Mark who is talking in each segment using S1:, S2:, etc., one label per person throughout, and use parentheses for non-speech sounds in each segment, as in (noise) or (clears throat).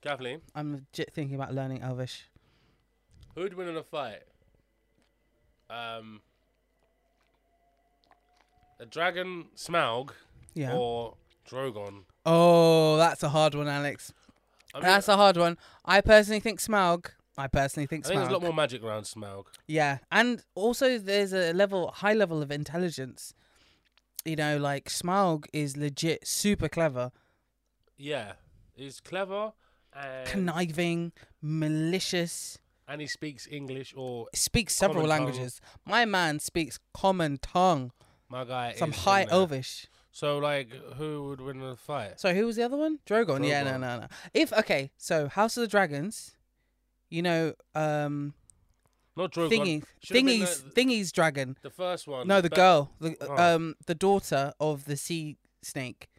S1: Kathleen,
S2: I'm legit thinking about learning Elvish.
S1: who would win in a fight? Um, a dragon Smaug
S2: Yeah.
S1: or Drogon?
S2: Oh, that's a hard one, Alex.
S1: I mean,
S2: that's a hard one. I personally think Smaug. I personally think
S1: I think there's a
S2: Smaug.
S1: lot more magic around Smaug.
S2: Yeah, and also there's a level, high level of intelligence. You know, like Smaug is legit super clever,
S1: Yeah, he's clever and
S2: conniving, malicious.
S1: and he speaks English. Or
S2: Speaks several
S1: Common tongue.
S2: languages. My man speaks common tongue,
S1: my guy,
S2: some
S1: is in
S2: high
S1: there.
S2: Elvish.
S1: So like, who would win in a fight?
S2: So who was the other one? Drogon. Yeah, no,
S1: Drogon.
S2: no, no. If okay, so House of the Dragons. You know, um,
S1: Not Drogon.
S2: thingy,
S1: Should've been
S2: thingy's,
S1: the,
S2: thingy's dragon.
S1: the first one.
S2: No, the
S1: Be-
S2: girl, the
S1: Oh.
S2: um, the daughter of the sea snake.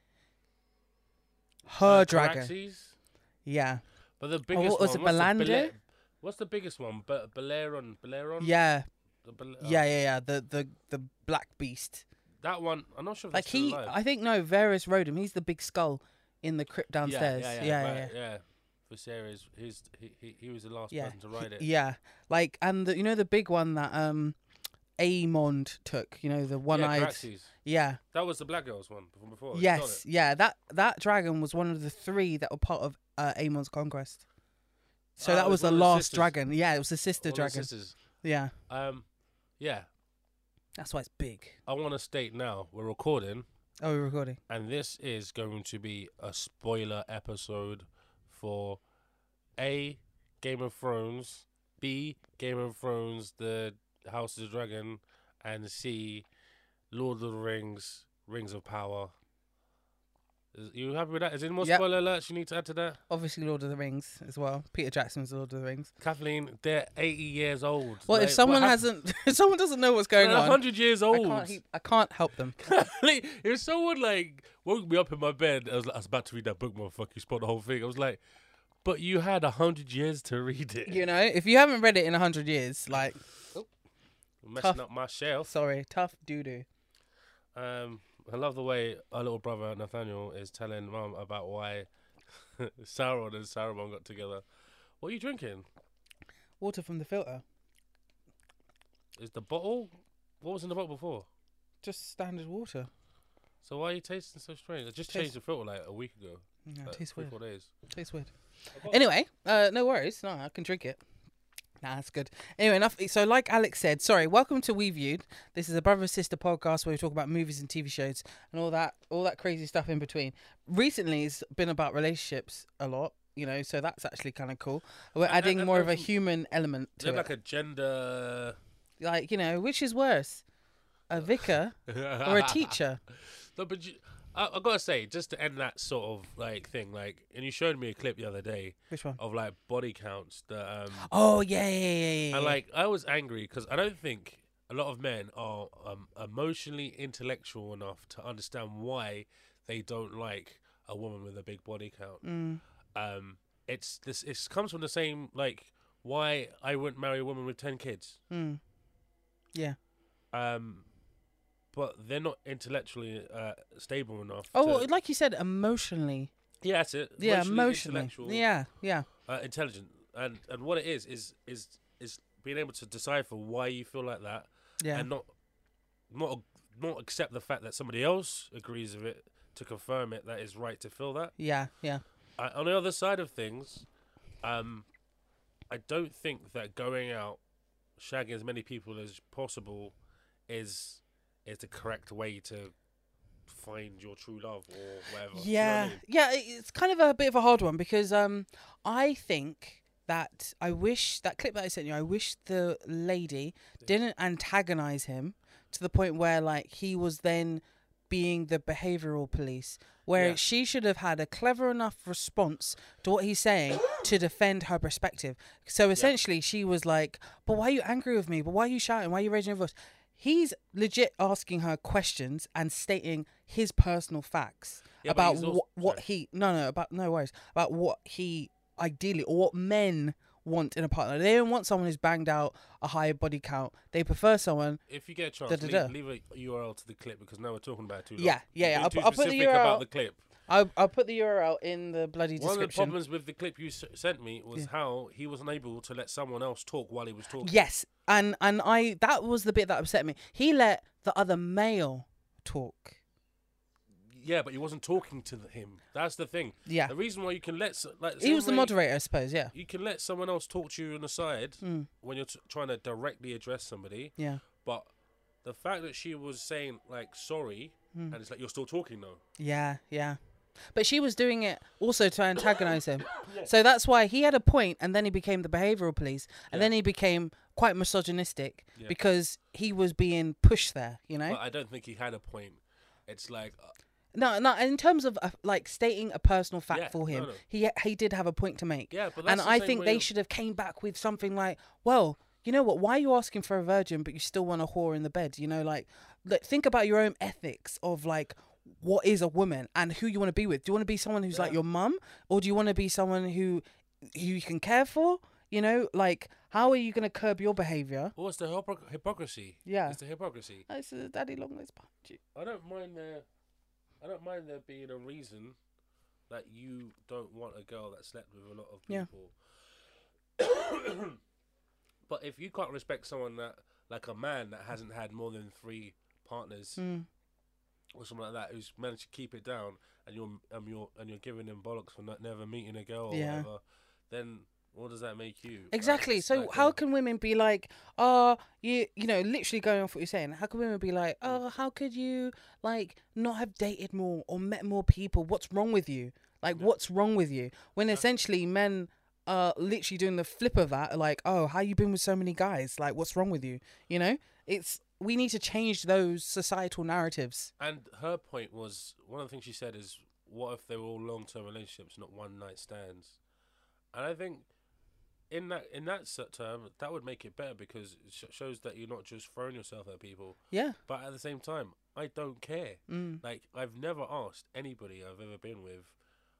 S2: Her
S1: uh,
S2: dragon.
S1: Caraxes?
S2: Yeah,
S1: But the biggest
S2: what was
S1: one
S2: it,
S1: what's the
S2: Bellander?
S1: Bele- What's the biggest one? Be- Belleron. Belleron.
S2: yeah,
S1: The Bel- Um, uh,
S2: yeah, yeah, yeah. The the the black beast.
S1: That one. I'm not sure. If
S2: Like
S1: it's still
S2: he,
S1: alive.
S2: I think no, Varys rode him. He's the big skull in the crypt downstairs. Yeah, yeah, yeah.
S1: yeah, right, yeah. Viserys, his, he, he, he was the last
S2: Yeah,
S1: person to ride it.
S2: Yeah, like and the, you know the big one that um, Aemond took. You know the one-eyed.
S1: Caraxes.
S2: yeah.
S1: That was the black girl's one from before. you got
S2: Yes, yeah, that that dragon was one of the three that were part of uh, Amon's conquest. So
S1: Ah, it
S2: that
S1: was
S2: was the
S1: one of the
S2: last
S1: sisters.
S2: dragon. Yeah, it was the
S1: it.
S2: sister
S1: All the
S2: dragon.
S1: sisters.
S2: Yeah,
S1: Um, yeah,
S2: that's why it's big.
S1: I want to state now we're recording,
S2: Oh, we're recording.
S1: and this is going to be a spoiler episode for a Game of Thrones, b Game of Thrones, the House of the Dragon, and c Lord of the Rings, Rings of Power. Is, you happy with that? Is there any more
S2: Yep.
S1: spoiler alerts you need to add to that?
S2: Obviously, Lord of the Rings as well. Peter Jackson's Lord of the Rings.
S1: Kathleen, they're 80 years old.
S2: Well,
S1: Like,
S2: if someone
S1: what happened?
S2: hasn't, (laughs) if someone doesn't know what's going
S1: They're
S2: on,
S1: 100 years
S2: I
S1: old.
S2: can't, he- I can't help them. (laughs)
S1: (laughs) Like, if someone like woke me up in my bed, I was, like, I was about to read that book, motherfucker. You spoiled the whole thing. I was like, but you had 100 years to read it.
S2: You know, if you haven't read it in a hundred years, like,
S1: You're messing
S2: tough.
S1: up my shelf.
S2: sorry, tough doo doo.
S1: Um, I love the way our little brother Nathaniel is telling mum about why (laughs) Sauron and Saruman got together. What are you drinking?
S2: Water from the filter,
S1: Is the bottle? What was in the bottle before?
S2: just standard water.
S1: So why are you tasting so strange? I just
S2: Tastes-
S1: changed the filter like a week ago.
S2: Yeah,
S1: like,
S2: tastes
S1: three,
S2: weird.
S1: four days.
S2: Tastes weird.
S1: got-
S2: Anyway, uh, no worries. No, I can drink it. Nah, that's good. Anyway, enough. So, like Alex said, sorry. Welcome to We Viewed. This is a brother and sister podcast where we talk about movies and TV shows and all that, all that crazy stuff in between. Recently, it's been about relationships a lot, you know. So that's actually kind of cool. We're
S1: And- and-
S2: adding
S1: and
S2: more of a
S1: also-
S2: human element
S1: They
S2: to
S1: have
S2: it,
S1: like a gender
S2: like you know, which is worse, a vicar or (laughs) a teacher?
S1: No, but you, I, I gotta say, just to end that sort of like thing, like, and you showed me a clip the other day
S2: Which one?
S1: of like body counts that, um,
S2: Oh yeah, yeah, yeah, yeah. yeah.
S1: and like I was angry because I don't think a lot of men are um, emotionally intellectual enough to understand why they don't like a woman with a big body count.
S2: Mm,
S1: Um, it's this. It comes from the same like why I wouldn't marry a woman with ten kids.
S2: mm.
S1: um, but they're not intellectually uh, stable enough.
S2: Oh,
S1: to-
S2: well, like you said, emotionally.
S1: yeah, that's it.
S2: Yeah,
S1: Emotionally
S2: emotionally.
S1: intellectual,
S2: Yeah, yeah.
S1: uh, intelligent, and and what it is is is is being able to decipher why you feel like that,
S2: Yeah.
S1: and not not not accept the fact that somebody else agrees with it to confirm it that is right to feel that.
S2: yeah, yeah.
S1: Uh, on the other side of things, um, I don't think that going out, shagging as many people as possible, is is the correct way to find your true love or whatever. Do you know what I
S2: Yeah.
S1: mean?
S2: Yeah, it- it's kind of a bit of a hard one because um I think that I wish that clip that I sent you, I wish the lady didn't antagonize him to the point where like he was then being the behavioral police where
S1: Yeah.
S2: she should have had a clever enough response to what he's saying to defend her perspective so essentially she was like but why are you angry with me but why are you shouting why are you raising your voice he's legit asking her questions and stating his personal facts
S1: Yeah, but
S2: about
S1: he's
S2: wh-
S1: also-
S2: what
S1: sorry.
S2: he no no about no worries about what he ideally or what men want in a partner they don't want someone who's banged out a higher body count they prefer someone
S1: If you get a chance,
S2: Da, da, da.
S1: leave, leave a URL to the clip because now we're talking about it too long.
S2: Yeah,
S1: You're
S2: yeah, yeah,
S1: being
S2: I'll
S1: too
S2: pu- I'll put the
S1: specific about
S2: URL.
S1: the clip.
S2: I'll, I'll put the URL in the bloody
S1: One of the
S2: description.
S1: problems with the clip you s- sent me was
S2: Yeah.
S1: how he wasn't able to let someone else talk while he was talking.
S2: Yes, and and I that was the bit that upset me. He let the other male talk.
S1: Yeah, but he wasn't talking to th- him. That's the thing.
S2: Yeah,
S1: The reason why you can let s- like
S2: he was the
S1: same way
S2: moderator, I suppose. Yeah,
S1: You can let someone else talk to you on the side
S2: Mm.
S1: when you're t- trying to directly address somebody,
S2: yeah,
S1: but the fact that she was saying like sorry,
S2: Hmm.
S1: and it's like you're still talking though.
S2: yeah, yeah. But she was doing it also to antagonize
S1: (coughs)
S2: him. So that's why he had a point, and then he became the behavioral police, and
S1: Yeah.
S2: then he became quite misogynistic
S1: Yeah.
S2: because he was being pushed there. You know,
S1: But I don't think he had a point. It's like uh,
S2: no, no. In terms of uh, like stating a personal fact
S1: Yeah,
S2: for him,
S1: no, no.
S2: he he did have a point to make.
S1: yeah, but
S2: and
S1: that's the
S2: I
S1: same
S2: think
S1: way
S2: they
S1: of-
S2: should have came back with something like, "Well, you know what? Why are you asking for a virgin, but you still want a whore in the bed? You know, like, like think about your own ethics of like." What is a woman and who you want to be with? Do you want to be someone who's like
S1: Yeah.
S2: your mum, or do you want to be someone who, who you can care for? You know, like how are you going to curb your behavior?
S1: Well, it's the hypocr- hypocrisy.
S2: Yeah.
S1: It's the hypocrisy.
S2: This is daddy long legs behind you.
S1: I don't mind there. I don't mind there being a reason that you don't want a girl that slept with a lot of
S2: Yeah.
S1: people. (coughs) but if you can't respect someone that, like a man that hasn't had more than three partners
S2: Mm.
S1: or something like that, who's managed to keep it down, and you're um, you're and you're giving them bollocks for not, never meeting a girl or
S2: Yeah.
S1: whatever, then what does that make you? Like,
S2: Exactly.
S1: it's
S2: So
S1: like
S2: how
S1: a-
S2: can women be like, oh, you, you know, literally going off what you're saying? How can women be like,
S1: Mm.
S2: oh, how could you like not have dated more or met more people? What's wrong with you? Like, what's wrong with you? When essentially men are literally doing the flip of that, like, oh, how you been with so many guys? Like, what's wrong with you? You know, it's we need to change those societal narratives.
S1: And her point was one of the things she said is, what if they were all long term relationships, not one night stands? And I think in that in that s- term, that would make it better because it sh- shows that you're not just throwing yourself at people.
S2: Yeah.
S1: But at the same time, I don't care.
S2: Mm.
S1: Like I've never asked anybody I've ever been with,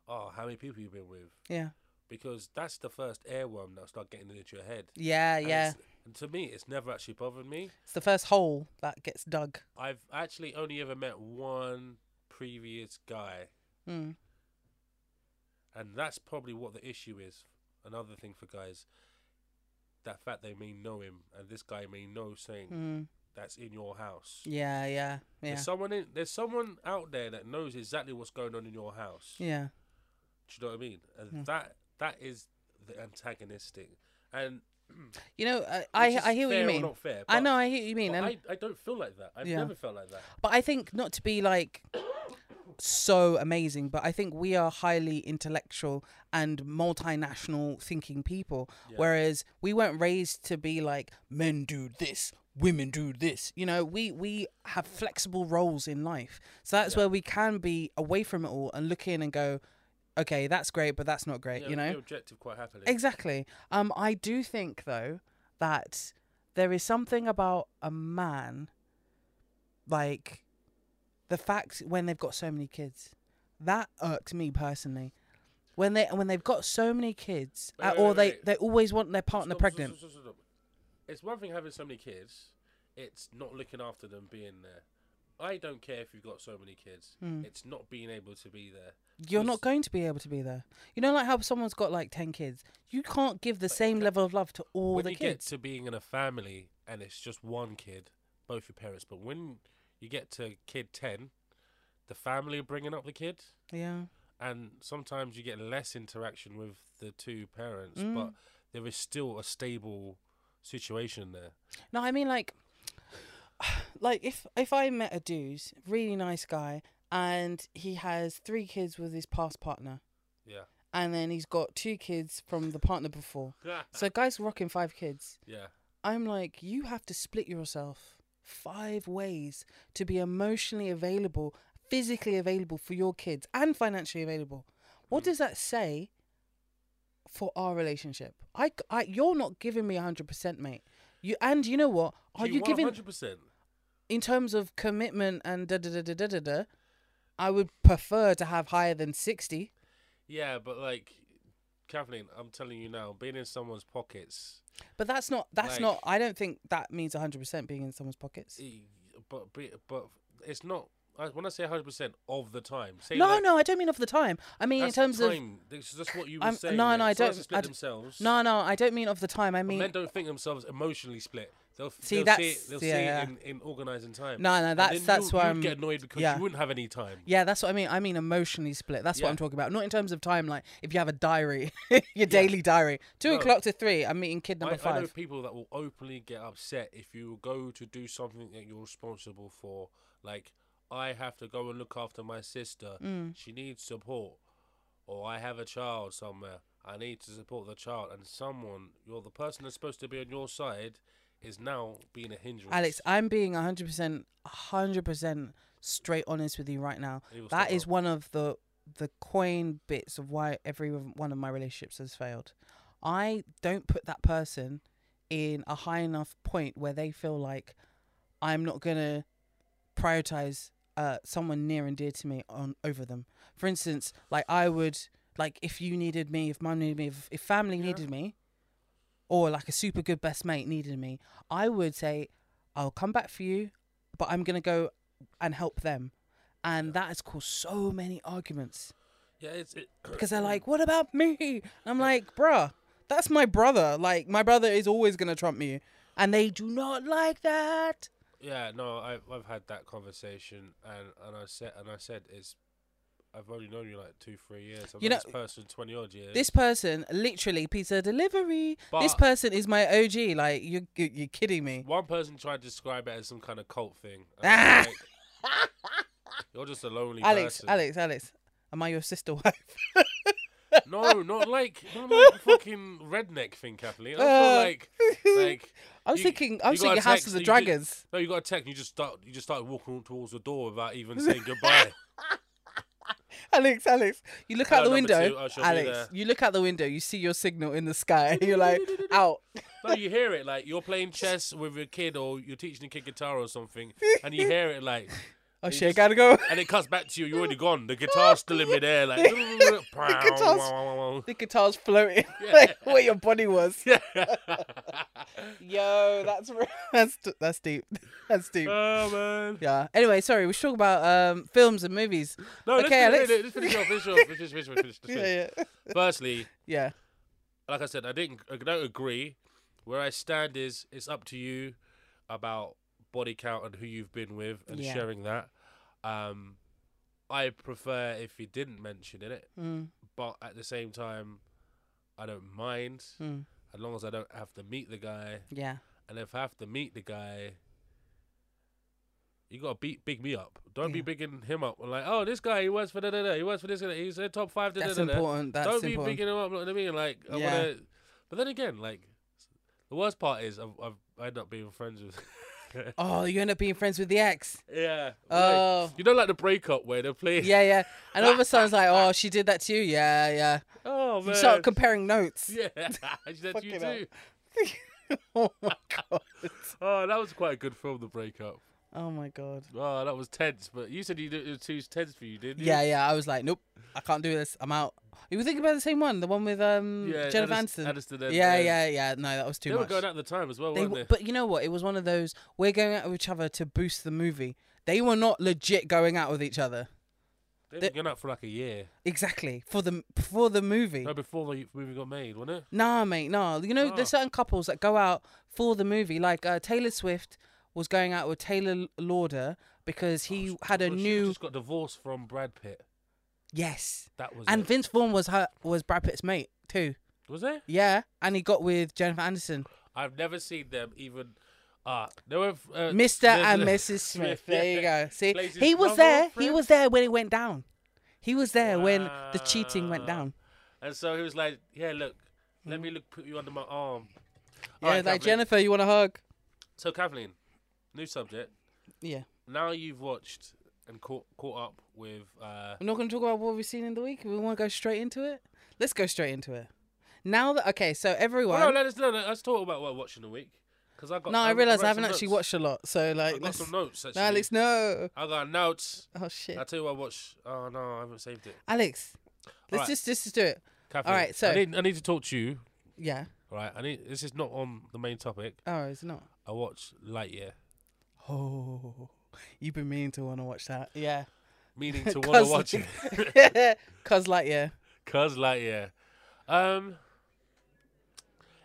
S1: oh, how many people you've been with,
S2: Yeah.
S1: because that's the first airworm that'll start getting into your head.
S2: Yeah.
S1: And
S2: Uh, Yeah. It's,
S1: it's- And to me, it's never actually bothered me.
S2: the first hole that gets dug.
S1: I've actually only ever met one previous guy
S2: Mm.
S1: And that's probably what the issue is. Another thing for guys, that fact they may know him, and this guy may know saying
S2: Mm.
S1: that's in your house.
S2: Yeah. Yeah. Yeah.
S1: There's someone in. There's someone out there that knows exactly what's going on in your house.
S2: Yeah. Mm.
S1: Do you know what I mean? And that that is the antagonistic. And
S2: You know, I I,
S1: which
S2: I
S1: is
S2: hear what you
S1: fair or
S2: mean.
S1: Not fair.
S2: I
S1: but-
S2: know, I hear what you mean,
S1: but
S2: and,
S1: I, I don't feel like that. I've
S2: Yeah.
S1: never felt like that.
S2: but I think not to be like so amazing, but I think we are highly intellectual and multinational thinking people,
S1: Yeah.
S2: whereas we weren't raised to be like men do this, women do this. You know, we we have flexible roles in life, so that's
S1: Yeah.
S2: where we can be away from it all and look in and go, okay, that's great, but that's not great.
S1: Yeah,
S2: you know,
S1: the objective quite happily.
S2: Exactly. Um, I do think though that there is something about a man, like the fact when they've got so many kids, that irks me personally. When they when they've got so many kids,
S1: Wait,
S2: uh,
S1: wait,
S2: or
S1: wait,
S2: they
S1: wait.
S2: they always want their partner
S1: Stop, stop,
S2: pregnant.
S1: stop, stop, stop. It's one thing having so many kids. It's not looking after them being there. I don't care if you've got so many kids.
S2: Hmm.
S1: It's not being able to be there.
S2: You're not
S1: Because-
S2: going to be able to be there. You know, like how someone's got like ten kids, you can't give the same level of love to all
S1: when
S2: the
S1: you
S2: kids.
S1: get to being in a family and it's just one kid, both your parents. But when you get to kid ten, the family are bringing up the kid,
S2: yeah,
S1: and sometimes you get less interaction with the two parents.
S2: Hmm.
S1: But there is still a stable situation there.
S2: No, I mean like, (sighs) like if if I met a dude, really nice guy, and he has three kids with his past partner,
S1: Yeah.
S2: and then he's got two kids from the partner before. So guys rocking five kids.
S1: (laughs) yeah.
S2: I'm like, you have to split yourself five ways to be emotionally available, physically available for your kids, and financially available. What
S1: Hmm.
S2: does that say for our relationship? I, c- I- you're not giving me hundred percent, mate. You and you know what? Are you giving
S1: hundred percent?
S2: in terms of commitment and da da da da da da da, I would prefer to have higher than sixty.
S1: Yeah, but like Kathleen, I'm telling you now, being in someone's pockets,
S2: But that's not that's
S1: Like-
S2: not. I don't think that means hundred percent being in someone's pockets.
S1: e- but be- but it's not. I, when I say 100 percent of the time, say
S2: no,
S1: like,
S2: no, I don't mean of the time. I mean in
S1: that's the
S2: terms of
S1: time. This is just what you were
S2: I'm-
S1: saying.
S2: no,
S1: there.
S2: no, I
S1: Someone has
S2: don't-
S1: to Split
S2: I d-
S1: themselves.
S2: no, no, I don't mean of the time. I
S1: But
S2: mean
S1: men don't think themselves emotionally split. They'll, f-
S2: See,
S1: they'll
S2: that's-
S1: see it, they'll
S2: yeah.
S1: see it in, in organizing time.
S2: no, no.
S1: And
S2: That's
S1: then
S2: that's
S1: you,
S2: why
S1: you'd
S2: I'm.
S1: get annoyed because
S2: yeah.
S1: you wouldn't have any time.
S2: Yeah, that's what I mean. I mean emotionally split. That's what
S1: Yeah.
S2: I'm talking about. Not in terms of time. Like if you have a diary, (laughs) your daily diary, two
S1: No.
S2: o'clock to three. I'm meeting kid number
S1: I, I know
S2: five.
S1: people that will openly get upset if you go to do something that you're responsible for. Like, I have to go and look after my sister.
S2: Mm.
S1: She needs support. Or I have a child somewhere. I need to support the child. And someone, you're the person that's supposed to be on your side, is now being a hindrance.
S2: Alex, I'm being 100 percent, 100 percent straight honest with you right now.
S1: It will
S2: That
S1: stop
S2: is
S1: up.
S2: one of the the coin bits of why every one of my relationships has failed. I don't put that person in a high enough point where they feel like I'm not gonna prioritize uh, someone near and dear to me on over them. For instance, like I would like if you needed me, if mum needed me, if, if family
S1: Yeah.
S2: needed me, or like a super good best mate needed me, I would say I'll come back for you, but I'm gonna go and help them. And that has caused so many arguments
S1: Yeah, it's. It, (clears throat)
S2: because they're like, "What about me?" (laughs) And I'm like, "Bruh, that's my brother. Like, my brother is always gonna trump you," and they do not like that.
S1: Yeah, no, I, I've had that conversation, and, and I said, and I said, it's. I've only known you like two, three years. I've
S2: You
S1: known
S2: know-
S1: this person twenty odd years.
S2: This person, literally, pizza delivery. this
S1: But-
S2: person is my OG. Like, you, you you're kidding me.
S1: One person tried to describe it as some kind of cult
S2: (laughs)
S1: thing. and I was like, You're just a lonely
S2: Alex,
S1: person.
S2: Alex, Alex, am I your sister wife? (laughs)
S1: No, not like not like fucking redneck thing, Kathleen. I feel
S2: Uh,
S1: like like
S2: I was
S1: You-
S2: thinking, I
S1: you
S2: was
S1: got a
S2: thinking House
S1: text
S2: of
S1: that you
S2: the
S1: did-
S2: Dragons. (laughs)
S1: no, you got a text, and you just start you just started walking towards the door without even saying
S2: (laughs)
S1: goodbye.
S2: Alex, Alex, you look out
S1: Hello,
S2: the
S1: number
S2: window.
S1: two, I shall be there.
S2: Alex, you look out the window. You see your signal in the sky. (laughs) and
S1: (laughs)
S2: You're like out.
S1: no, you hear it like you're playing chess with your kid, or you're teaching a kid guitar or something, and you hear it like,
S2: Oh
S1: You
S2: shit,
S1: just-
S2: gotta go.
S1: and it cuts back to you. You're already gone. The guitar's still in midair,
S2: (laughs)
S1: like (laughs)
S2: guitar's- The guitar's floating, (laughs)
S1: Yeah.
S2: like where your body was. (laughs)
S1: Yeah.
S2: Yo, that's re- (laughs) that's d- that's deep. (laughs) That's deep.
S1: (laughs) Oh man.
S2: Yeah. Anyway, sorry. We should talk about um films and movies.
S1: No, let's
S2: Okay,
S1: finish-
S2: Alex.
S1: no, no, let's finish off. Finish off. Finish, finish, finish, finish, finish.
S2: (laughs) Yeah, yeah,
S1: Firstly,
S2: yeah.
S1: like I said, I didn't. I don't agree. Where I stand is it's up to you about body count and who you've been with and
S2: Yeah.
S1: sharing that. Um, I prefer if you didn't mention it,
S2: Mm,
S1: but at the same time, I don't mind
S2: mm,
S1: as long as I don't have to meet the guy.
S2: yeah.
S1: And if I have to meet the guy, you gotta beat big me up. Don't be
S2: Yeah.
S1: bigging him up. Like, oh, this guy, he works for da da da. He works for this. da-da, He's a top five. Da,
S2: That's
S1: da, da, da.
S2: important. That's
S1: Don't be
S2: important.
S1: bigging him up. You know what I mean? Like, I
S2: Yeah.
S1: wanna. But then again, like, the worst part is I've, I've I end up being friends with. (laughs)
S2: Oh, you end up being friends with the ex.
S1: yeah. like,
S2: Oh.
S1: you know, like the breakup where they're playing.
S2: Yeah, yeah. And all of a sudden, it's like, oh, she did that to you. Yeah, yeah.
S1: (laughs) Oh
S2: You
S1: man.
S2: start comparing notes.
S1: (laughs) yeah. Is that you
S2: Fucking hell.
S1: too.
S2: (laughs) oh my god.
S1: Oh, that was quite a good film, the breakup.
S2: Oh my god.
S1: Oh, that was tense. But you said you did- it was too tense for you, didn't you?
S2: Yeah, yeah. I was like, nope, I can't do this. I'm out. You were thinking about the same one, the one with um Jennifer
S1: Aniston-
S2: Aniston.
S1: Aniston and-
S2: yeah,
S1: and-
S2: yeah, yeah. No, that was too
S1: They were
S2: much.
S1: going out at the time as well,
S2: They
S1: weren't
S2: w-
S1: they?
S2: but you know what? It was one of those we're going out with each other to boost the movie. They were not legit going out with each other.
S1: They've
S2: they-
S1: been going out for like a year.
S2: Exactly for the for the movie.
S1: No, before the movie got made, wasn't it?
S2: Nah, mate, nah. You know, there's
S1: Oh.
S2: certain couples that go out for the movie. Like uh, Taylor Swift was going out with Taylor Lauder because he had a
S1: Oh, Well, she
S2: new
S1: just got divorced from Brad Pitt.
S2: yes,
S1: That was
S2: and
S1: it.
S2: Vince Vaughn was her was Brad Pitt's mate too.
S1: was it?
S2: Yeah, and he got with Jennifer Anderson,
S1: I've never seen them even. Uh, they were uh, (laughs)
S2: Mr. and Mrs. Smith. There you go. See,
S1: Places
S2: he was
S1: brother,
S2: there. He
S1: friend.
S2: was there when it went down. He was there when the cheating went
S1: Wow.
S2: down.
S1: And so he was like, "Yeah, look, let me look, put you under my arm."
S2: Mm. Yeah,
S1: All right, Kathleen.
S2: like Jennifer, you want a hug?
S1: So Kathleen, new subject.
S2: Yeah,
S1: Now you've watched and caught caught up with. Uh,
S2: we're not going to talk about what we've seen in the week. We want to go straight into it. Let's go straight into it. Now that okay, so everyone.
S1: well, no, let us no, no, let's talk about what I'm watching the week. Cause I got
S2: No, I
S1: wrote
S2: realize I
S1: some
S2: haven't actually
S1: notes.
S2: watched a lot. So
S1: I
S2: like,
S1: got
S2: let's,
S1: some notes
S2: no,
S1: actually.
S2: Alex, no.
S1: I got notes.
S2: Oh shit,
S1: I tell you what, I watch. Oh no, I haven't saved it.
S2: Alex, let's
S1: Alright.
S2: just just do it.
S1: Kathleen,
S2: Alright, so-
S1: I need, I need to talk to you.
S2: Yeah.
S1: All right, I need. This is not on the main topic.
S2: Oh, it's not.
S1: I watched Lightyear.
S2: Oh. You've been meaning to want to watch that. Yeah.
S1: meaning to (laughs) want to watch it.
S2: it. (laughs) Cause Lightyear.
S1: Cause Lightyear. Um,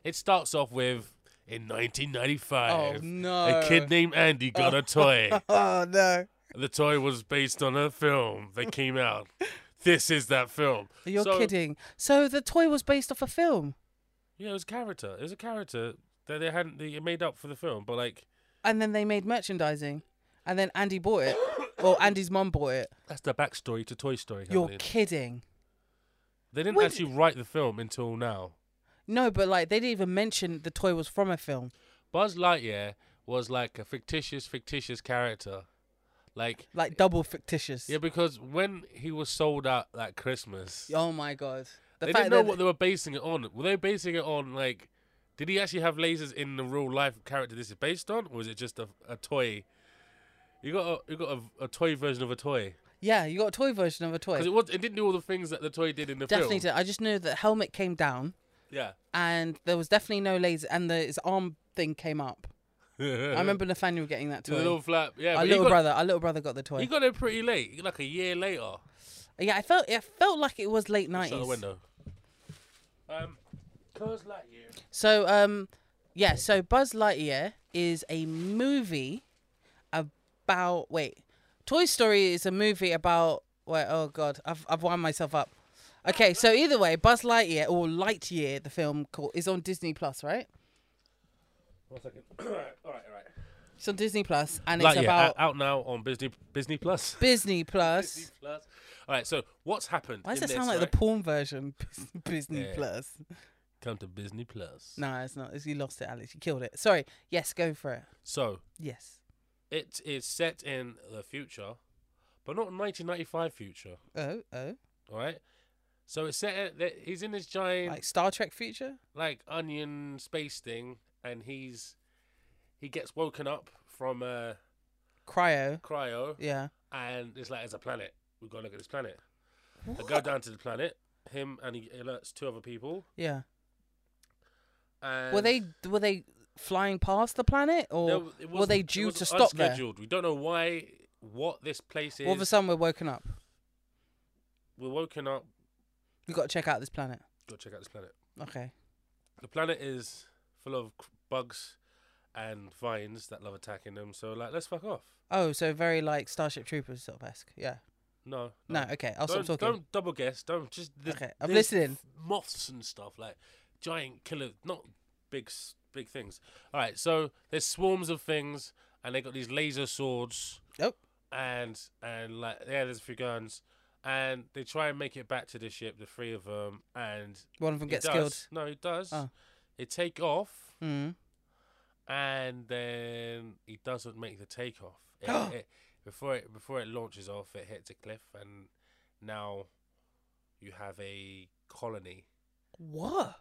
S1: it starts off with in
S2: Oh
S1: 1995,
S2: no.
S1: a kid named Andy got a (laughs) toy.
S2: Oh no.
S1: the toy was based on a film that came out. This is that film.
S2: You're
S1: So-
S2: kidding. So the toy was based off a film,
S1: Yeah, it was a character. It was a character that they hadn't they made up for the film, but like
S2: and then they made merchandising, and then Andy bought
S1: (coughs)
S2: it. well, Andy's mum bought it.
S1: that's the backstory to Toy Story.
S2: You're
S1: Company.
S2: kidding.
S1: They didn't
S2: When-
S1: actually write the film until now.
S2: No, but like they didn't even mention the toy was from a film.
S1: Buzz Lightyear was like a fictitious, fictitious character. Like,
S2: Like double fictitious.
S1: yeah, because when he was sold out that Christmas,
S2: Oh my god. The
S1: they
S2: fact
S1: didn't know
S2: that
S1: what they were basing it on. Were they basing it on like, did he actually have lasers in the real life character this is based on, or was it just a, a toy? You got a, you got a, a toy version of a toy
S2: yeah, you got a toy version of a toy.
S1: because it was it didn't do all the things that the toy did in the
S2: Definitely.
S1: film.
S2: did. I just knew that helmet came down, (laughs) and there was definitely no laser, and the, his arm thing came up.
S1: Yeah, (laughs)
S2: I remember Nathaniel getting that
S1: Uh, the
S2: toy.
S1: little flap. Yeah,
S2: our
S1: but he
S2: little
S1: got,
S2: brother, our little brother got the
S1: He
S2: toy.
S1: got it pretty late, like a year later.
S2: yeah, I felt it felt like it was late
S1: Shut the
S2: nineties.
S1: window. Um, cause Lightyear.
S2: So um, yeah. So Buzz Lightyear is a movie about wait, Toy Story is a movie about wait. Oh God, I've I've wound myself up. Okay, so either way, Buzz Lightyear or Lightyear, the film called, is on Disney Plus, right?
S1: One second. (coughs) all right, all right, all
S2: It's on Disney Plus, and
S1: right.
S2: it's about
S1: out now on Disney Disney Plus.
S2: Disney Plus.
S1: uh, Disney Plus. All right, so what's happened?
S2: Why does
S1: in
S2: it sound
S1: this,
S2: like
S1: right?
S2: the porn version? (laughs) Disney
S1: Yeah.
S2: Plus.
S1: Come to Disney Plus.
S2: No, it's not. It's- You lost it, Alex. You killed it. Sorry. Yes, go for it.
S1: So
S2: Yes.
S1: it is set in the future, but not 1995 future.
S2: Oh, oh.
S1: All right. So it's set. At, that- he's in this giant
S2: Like Star Trek future?
S1: like onion space thing, and he's he gets woken up from uh,
S2: Cryo.
S1: cryo,
S2: Yeah.
S1: and it's like it's a planet. We've got to look at this planet. They go down to the planet. Him and he alerts two other people.
S2: Yeah.
S1: And
S2: Were they were they flying past the planet or
S1: No, it
S2: were
S1: wasn't-
S2: they
S1: it
S2: due
S1: was
S2: to stop there?
S1: unscheduled. We don't know why, what this place is.
S2: All of a sudden we're woken up.
S1: We're woken up.
S2: We've got to check out this planet.
S1: Go check out this planet.
S2: Okay.
S1: The planet is full of c- bugs and vines that love attacking them. So like, let's fuck off.
S2: Oh, so very like Starship Troopers sort of esque. Yeah.
S1: No,
S2: No, okay. I'll
S1: don't,
S2: stop talking.
S1: don't double guess. Don't just. there's-
S2: Okay, I'm
S1: there's
S2: listening.
S1: f- Moths and stuff like giant killer, not big, s- big things. All right, so there's swarms of things, and they got these laser swords.
S2: Oh.
S1: And and like yeah, there's a few guns, and they try and make it back to the ship, the three of them, and
S2: One of
S1: he
S2: them gets
S1: does.
S2: killed.
S1: No, he does.
S2: Oh.
S1: They take off,
S2: Mm.
S1: and then he doesn't make the takeoff.
S2: (gasps)
S1: It, it, before it before it launches off, it hits a cliff, and now you have a colony.
S2: What?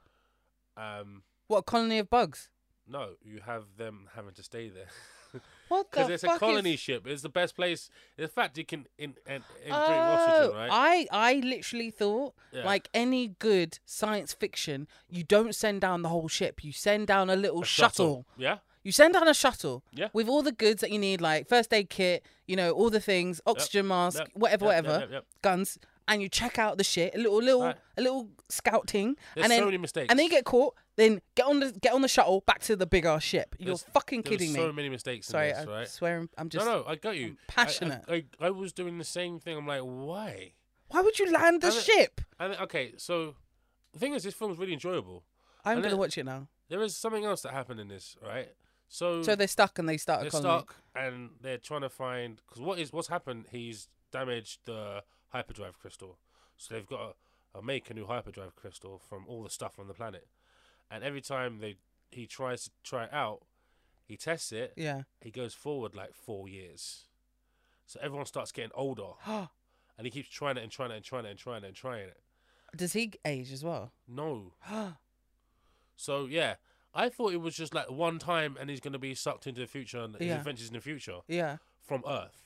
S1: Um,
S2: What a colony of bugs?
S1: no, you have them having to stay there (laughs)
S2: What the
S1: because
S2: fuck
S1: it's a colony
S2: is...
S1: ship. It's the best place. In fact, you can in in, in
S2: Oh,
S1: oxygen, right?
S2: I I literally thought
S1: Yeah.
S2: like any good science fiction, you don't send down the whole ship. You send down a little
S1: A
S2: shuttle.
S1: Yeah,
S2: You send down a shuttle
S1: Yeah.
S2: with all the goods that you need, like first aid kit, you know, all the things, oxygen mask,
S1: Yep.
S2: whatever,
S1: Yep, yep,
S2: whatever,
S1: yep, yep.
S2: guns, and you check out the shit, a little, little,
S1: Right.
S2: a little scouting,
S1: There's
S2: and then
S1: so many mistakes.
S2: and then you get caught. Then get on the get on the shuttle back to the big ass ship. You're
S1: There's-
S2: fucking
S1: there was
S2: kidding
S1: so
S2: me.
S1: many mistakes.
S2: Sorry,
S1: in this,
S2: I
S1: right?
S2: swear I'm just.
S1: no, no, I got you. I- I-
S2: passionate.
S1: I, I, was doing the same thing. I'm like, why?
S2: Why would you land the
S1: I don't-
S2: ship?
S1: And okay, so the thing is, this film's really enjoyable. and
S2: I'm gonna
S1: then-
S2: watch it now.
S1: There is something else that happened in this, right? So,
S2: So they're stuck and they start a
S1: they're
S2: colony.
S1: stuck and they're trying to find because what is what's happened? He's damaged the hyperdrive crystal, so they've got to uh, make a new hyperdrive crystal from all the stuff on the planet. And every time they he tries to try it out, he tests it.
S2: Yeah. (gasps)
S1: He goes forward like four years, so everyone starts getting older, and he keeps trying it and trying it and trying it and trying it and trying it.
S2: Does he age as well? (gasps)
S1: No, So yeah, I thought it was just like one time, and he's gonna be sucked into the future and his
S2: Yeah.
S1: adventures in the future
S2: yeah.
S1: from Earth.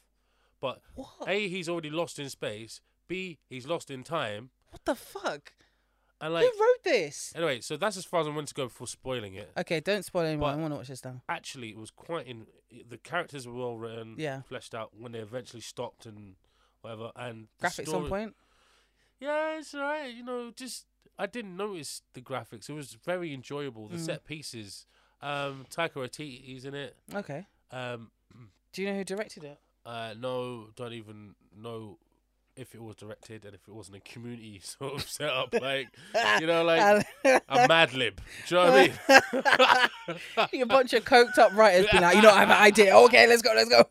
S1: But
S2: What?
S1: a, he's already lost in space. B, he's lost in time.
S2: What the fuck?
S1: And like
S2: Who wrote this?
S1: anyway, so that's as far as I wanted to go before spoiling it.
S2: Okay, don't spoil anyone.
S1: But-
S2: I want to watch this now.
S1: Actually, it was quite in. The characters were well written,
S2: Yeah.
S1: fleshed out when they eventually stopped and whatever. And the
S2: Graphics on
S1: story-
S2: point.
S1: Yeah, it's alright. You know, just I didn't notice the graphics. It was very enjoyable. The
S2: Mm.
S1: set pieces. Um, Taika Waititi's in it.
S2: Okay.
S1: Um,
S2: Do you know who directed it?
S1: uh, no, don't even know if it was directed and if it wasn't a community (laughs) sort of setup. Like, you know,
S2: Um, (laughs)
S1: like a Mad Lib. Do you know what I mean? (laughs)
S2: (laughs) a bunch of coked up writers being like, you don't have an idea. Okay, let's go, let's go.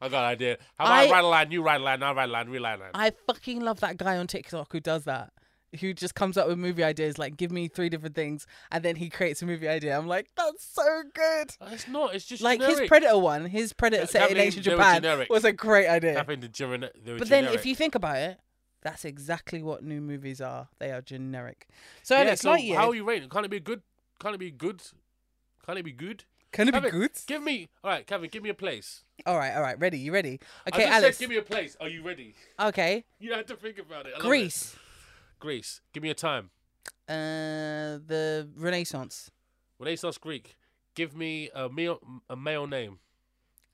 S1: I got an idea. How about I,
S2: I-
S1: write a line, you write a line, I write a line, we write a line.
S2: I fucking love that guy on TikTok who does that. Who just comes up with movie ideas like give me three different things and then he creates a movie idea. I'm like, that's so good.
S1: Uh, it's not. It's just
S2: Like his
S1: generic.
S2: Predator one, his Predator
S1: That-
S2: set
S1: that
S2: in
S1: mean
S2: ancient
S1: they were
S2: Japan
S1: generic.
S2: was a great idea.
S1: Happened to genera- they were
S2: But then
S1: generic.
S2: if you think about it, that's exactly what new movies are. They are generic. So
S1: yeah,
S2: Alex,
S1: so
S2: like you,
S1: how are you rating? it? Can't it be good? Can't it be good? Can't it be good?
S2: can it be
S1: Kevin,
S2: good?
S1: Give me all right, Kevin. Give me a place.
S2: All right, all right, ready, you ready?
S1: I
S2: Okay,
S1: just
S2: Alex.
S1: said, give me a place. Are you ready? (laughs)
S2: okay,
S1: You had to think about it. I love it.
S2: Greece,
S1: Greece. Give me a time.
S2: uh, the Renaissance,
S1: Renaissance Greek. Give me a male, a male name.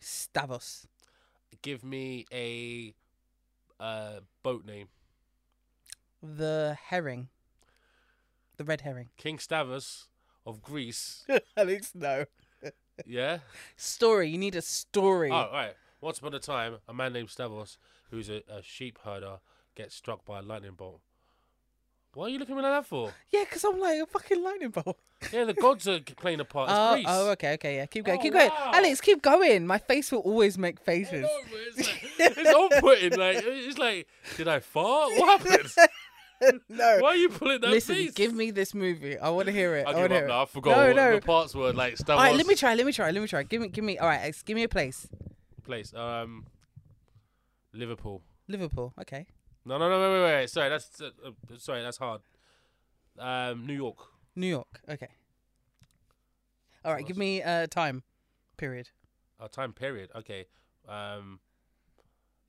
S2: Stavos,
S1: Give me a uh, boat name.
S2: the herring, the red
S1: (laughs)
S2: herring.
S1: King Stavros of
S2: (laughs)
S1: Greece.
S2: Alex, no
S1: Yeah.
S2: story. You need a story.
S1: Oh, all right. Once upon a time, a man named Stavros, who's a, a sheep herder, gets struck by a lightning bolt. What are you looking at me like that for?
S2: (laughs) Yeah, because I'm like a fucking lightning bolt.
S1: Yeah, the gods are playing a part. Oh, It's
S2: Oh,
S1: Greece.
S2: oh, okay, okay, yeah. Keep going,
S1: Oh,
S2: keep going,
S1: wow.
S2: Alex. Keep going. My face will always make
S1: I
S2: faces.
S1: know, but it's like, it's off-putting. Like it's like, did I fart?
S2: (laughs)
S1: What happened? (laughs)
S2: no,
S1: Why are you pulling that
S2: listen.
S1: face?
S2: Give me this movie. I want to hear it.
S1: I
S2: I,
S1: give
S2: want to
S1: up
S2: hear
S1: now. I
S2: it.
S1: forgot
S2: Oh, No,
S1: what
S2: no.
S1: the parts were. Like Star
S2: All
S1: Wars.
S2: right, let me try. Let me try. Let me try. Give me, give me. All right, Alex. Give me a place.
S1: place. Um, Liverpool.
S2: Liverpool. Okay.
S1: No, no, no, wait, wait, wait. Sorry, that's uh, uh, sorry, that's hard. Um, New York.
S2: New York. Okay. All right, give me a uh, time period.
S1: Our time period. Okay. Um,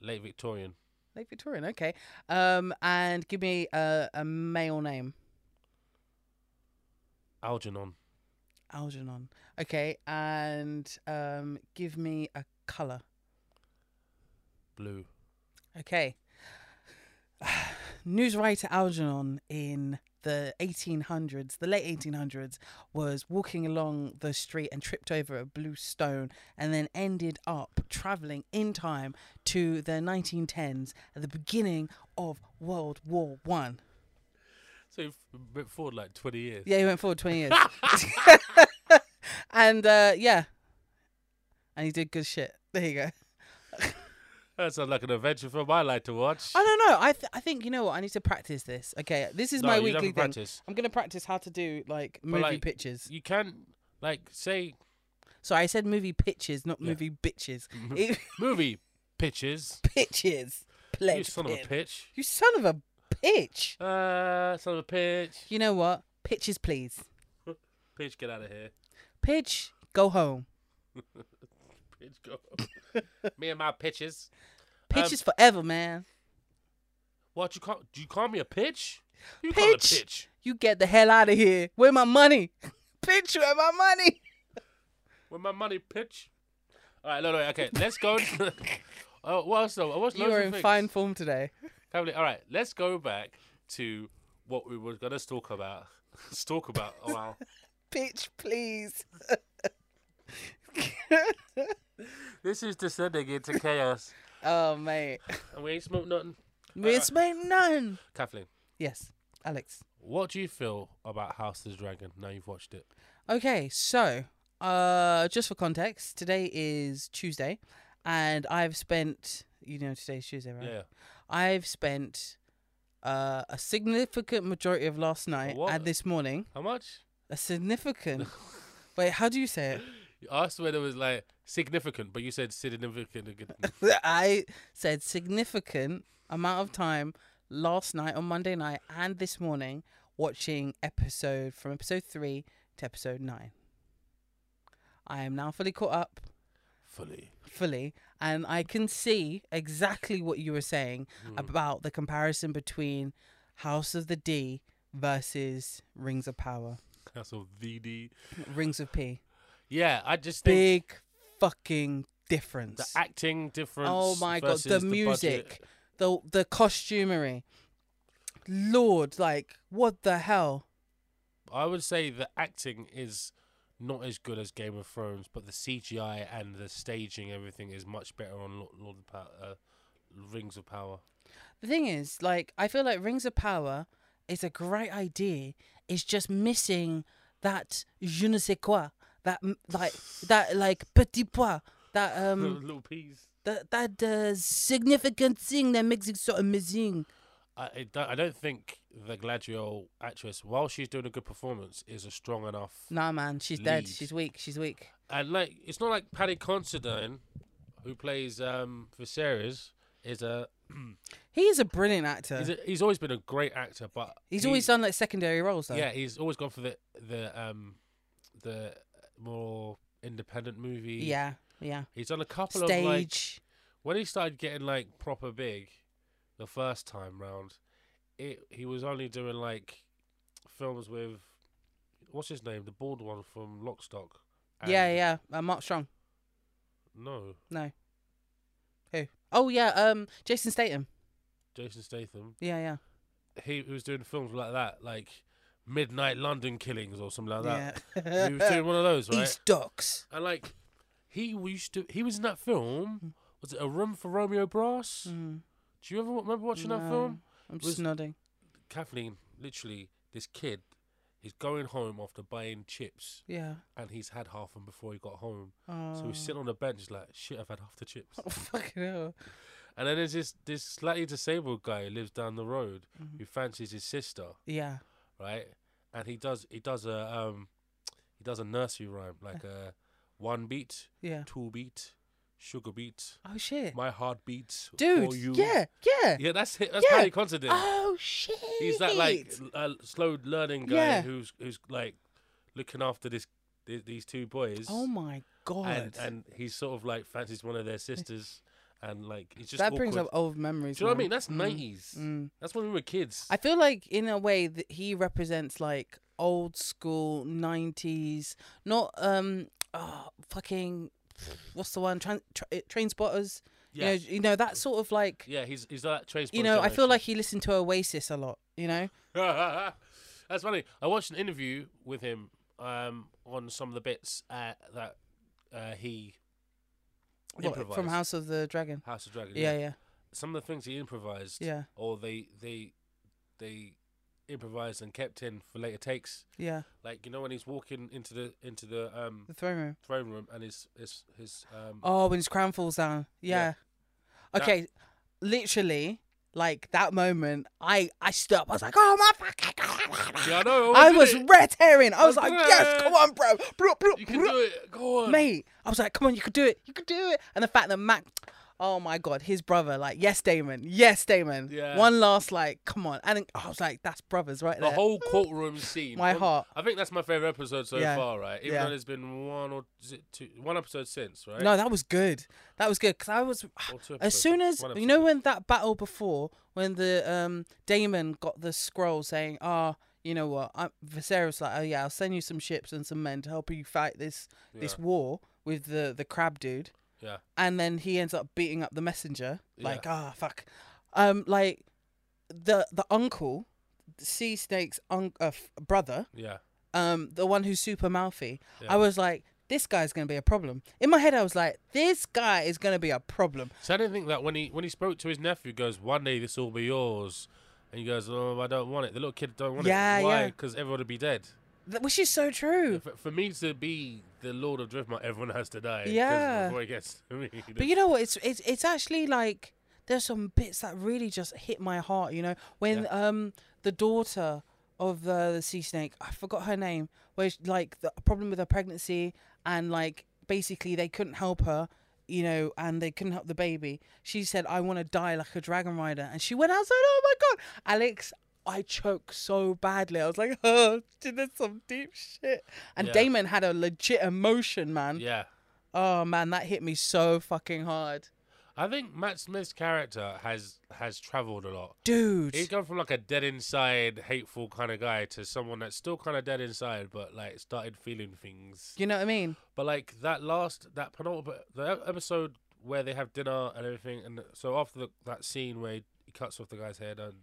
S1: late Victorian.
S2: Late Victorian. Okay. Um, and give me a, a male name.
S1: Algernon.
S2: Algernon. Okay. And um, give me a color.
S1: Blue.
S2: Okay. (sighs) News writer Algernon in the 1800s, the late 1800s, was walking along the street and tripped over a blue stone and then ended up traveling in time to the 1910s at the beginning of World War One.
S1: So you've been forward like twenty years.
S2: Yeah, he went forward 20 (laughs) years. and uh, yeah. And he did good shit. There you go.
S1: That sounds like an adventure for my life to watch.
S2: I don't know. I th- I think you know what. I need to practice this. Okay, this is
S1: No,
S2: my
S1: you'd have
S2: weekly
S1: to
S2: thing.
S1: practice.
S2: I'm gonna practice how to do like movie
S1: like-
S2: pitches.
S1: You can like say
S2: So I said movie pitches, not movie
S1: (laughs)
S2: bitches. (laughs) It-
S1: movie pitches.
S2: pitches. Pledge.
S1: You son of a
S2: pin.
S1: pitch.
S2: You son of a pitch.
S1: Uh, son of a pitch. (laughs)
S2: You know what? Pitches, please.
S1: Pitch, get out of here.
S2: Pitch. Go home.
S1: Pitch, go. me and my pitches.
S2: Pitches
S1: Um,
S2: forever, man.
S1: What you call? Do you call me a pitch? You
S2: Pitch.
S1: call a pitch.
S2: You get the hell out of here. Where my money? (laughs) pitch. Where my money?
S1: With my money, pitch. All right, no, no, okay. Let's go. (laughs) oh, what else? Though? What's
S2: You are in fine form today.
S1: All right, let's go back to what we were gonna talk about. (laughs) talk about. Oh wow.
S2: Pitch, please.
S1: this is descending into chaos,
S2: Oh mate,
S1: and we ain't smoked nothing.
S2: it's made none.
S1: Kathleen,
S2: Yes, Alex.
S1: what do you feel about House of the Dragon? Now you've watched it.
S2: Okay, so uh, just for context, today is Tuesday, and I've spent you know today's Tuesday, right?
S1: Yeah.
S2: I've spent uh, a significant majority of last night
S1: what?
S2: and this morning.
S1: How much? (laughs)
S2: A significant. Wait, how do you say
S1: You asked whether it was like significant, but you said significant.
S2: (laughs) it? (laughs) I said significant amount of time last night on Monday night and this morning watching episode from episode three to episode nine. I am now fully caught up.
S1: Fully.
S2: fully and i can see
S1: Hmm.
S2: exactly what you were saying about the comparison between house of the d versus Rings of Power.
S1: That's a VD.
S2: Rings of P.
S1: Yeah, I just think
S2: Big fucking difference.
S1: the acting difference.
S2: Oh my god,
S1: versus
S2: the
S1: budget-
S2: music, the the costumery. Lord, like what the hell?
S1: I would say the acting is not as good as Game of Thrones, but the CGI and the staging, everything is much better on Lord, Lord of Power, uh, Rings of Power.
S2: The thing is, like I feel like Rings of Power is a great idea. It's just missing that je ne sais quoi, that m- like that like petit pois, that
S1: (laughs)
S2: um
S1: Little piece.
S2: that that uh, significant thing that makes it so amazing.
S1: I, it don't- I don't think the Gladriel actress, while she's doing a good performance, is a strong enough.
S2: Nah, man, she's dead.
S1: Lead.
S2: She's weak. She's weak.
S1: And like, it's not like Paddy Considine, who plays um, Viserys, is a,
S2: He is a brilliant actor.
S1: he's a he's always been a great actor, but
S2: he's
S1: he-
S2: always done like secondary roles though.
S1: Yeah, he's always gone for the the um the more independent movie.
S2: Yeah. Yeah.
S1: he's done a couple
S2: Stage.
S1: of like when he started getting like proper big, the first time round, it he was only doing like films with what's his name, the bald one from Lockstock.
S2: Yeah, yeah. Uh, Mark Strong.
S1: No,
S2: Oh yeah, um Jason Statham.
S1: Jason Statham.
S2: Yeah, yeah.
S1: He, he was doing films like that, like Midnight London Killings or something like that. (laughs)
S2: yeah.
S1: He was
S2: (laughs)
S1: doing one of those, right?
S2: East Docks.
S1: And like, he used to. He was in that film. Was it a room for Romeo Brass?
S2: Mm,
S1: Do you ever wa- remember watching that
S2: no.
S1: film?
S2: I'm just
S1: Was-
S2: nodding.
S1: Kathleen, literally, this kid, he's going home after buying chips,
S2: Yeah.
S1: and he's had half of them before he got home.
S2: Oh.
S1: So he's sitting on the bench, he's like, "Shit, I've had half the
S2: (laughs)
S1: chips."
S2: Oh, (laughs) fucking hell.
S1: and then there's this this slightly disabled guy who lives down the road
S2: Mhm.
S1: who fancies his sister,
S2: Yeah.
S1: right? And he does he does a um he does a nursery rhyme
S2: (laughs)
S1: like a one beat,
S2: Yeah.
S1: two beat, sugar beat,
S2: Oh shit.
S1: my heart beats for
S2: Dude.
S1: you.
S2: Yeah. Yeah.
S1: yeah, that's it. That's
S2: Yeah.
S1: how he considered it.
S2: Oh shit.
S1: He's that like l- uh, slow learning guy
S2: Yeah.
S1: who's who's like looking after this th- these two boys.
S2: Oh my god.
S1: and and he's sort of like fancies one of their sisters, and like it's just
S2: that brings up
S1: awkward.
S2: old memories.
S1: Do you know what I mean?
S2: man.
S1: That's
S2: Mm,
S1: nineties.
S2: mm.
S1: That's when we were kids.
S2: I feel like in a way that he represents like old school nineties, not um oh, fucking what's the one train tra- uh, train spotters.
S1: yeah,
S2: You know, you know that sort of like
S1: yeah. He's he's that train.
S2: you know. I feel like he listened to Oasis a lot. You know.
S1: (laughs) That's funny. I watched an interview with him um, on some of the bits uh, that uh, he
S2: What,
S1: improvised
S2: from House of the Dragon.
S1: House of Dragon.
S2: Yeah, yeah,
S1: some of the things he improvised.
S2: yeah,
S1: or they they they improvised and kept in for later takes.
S2: yeah.
S1: Like you know when he's walking into the into the um
S2: The throne room.
S1: throne room and his his his um
S2: Oh, when his crown falls down. Yeah.
S1: Yeah. That-
S2: Okay, literally, like that moment, I I stood up. I was like, oh my fucking god.
S1: yeah I know
S2: I
S1: did
S2: was
S1: it.
S2: red herring. I was
S1: I
S2: like,
S1: did
S2: yes,
S1: it.
S2: come on, bro. Bro, bro,
S1: you can
S2: bro.
S1: do it go on
S2: Mate, I was like, come on, you could do it. You could do it. And the fact that Mac, oh my God, his brother, like, yes, Damon. Yes, Damon.
S1: Yeah.
S2: One last, like, come on. And then- I was like, that's brothers right
S1: the
S2: there.
S1: whole courtroom scene
S2: my
S1: Um,
S2: heart.
S1: I think that's my favorite episode so
S2: Yeah.
S1: far right even
S2: Yeah.
S1: though there's been one or is it two one episode since right
S2: No, that was good. That was good. Because I was, (sighs)
S1: or two
S2: as
S1: episodes.
S2: soon as,
S1: One
S2: you know,
S1: episode.
S2: when that battle before, when the um Damon got the scroll saying, ah, you know what, i Viserys, like, oh yeah, I'll send you some ships and some men to help you fight this
S1: yeah.
S2: this war with the the crab dude.
S1: Yeah.
S2: And then he ends up beating up the messenger.
S1: Yeah.
S2: Like, ah, fuck. Um, like the the uncle, Sea Snake's un- uh, f- brother,
S1: yeah
S2: um, the one who's super mouthy. I
S1: Yeah.
S2: was like, this guy's gonna be a problem. In my head, I was like, this guy is gonna be a problem.
S1: so I didn't think that when he when he spoke to his nephew he goes one day this will be yours and he goes oh I don't want it the little kid don't want
S2: Yeah,
S1: it why
S2: yeah.
S1: because everyone would be dead
S2: Th- Which is so true.
S1: For, for me to be the Lord of Driftmark, everyone has to die. 'cause
S2: Yeah.
S1: Before it gets to me.
S2: But you know what? It's it's it's actually like there's some bits that really just hit my heart. You know, when um the daughter of uh, the, the sea snake, I forgot her name, where she, like the problem with her pregnancy and like basically they couldn't help her. You know, and they couldn't help the baby. She said, "I want to die like a dragon rider," and she went outside. Oh my god, Alex! I choked so badly. I was like, (laughs) "Oh, did this some deep shit." And
S1: Yeah.
S2: Damon had a legit emotion, man.
S1: yeah.
S2: Oh man, that hit me so fucking hard.
S1: I think Matt Smith's character has has traveled a lot.
S2: Dude.
S1: He's gone from like a dead inside, hateful kind of guy to someone that's still kind of dead inside, but like started feeling things.
S2: you know what I mean?
S1: But like that last, that penultimate, the episode where they have dinner and everything, and so after the, that scene where he cuts off the guy's head, and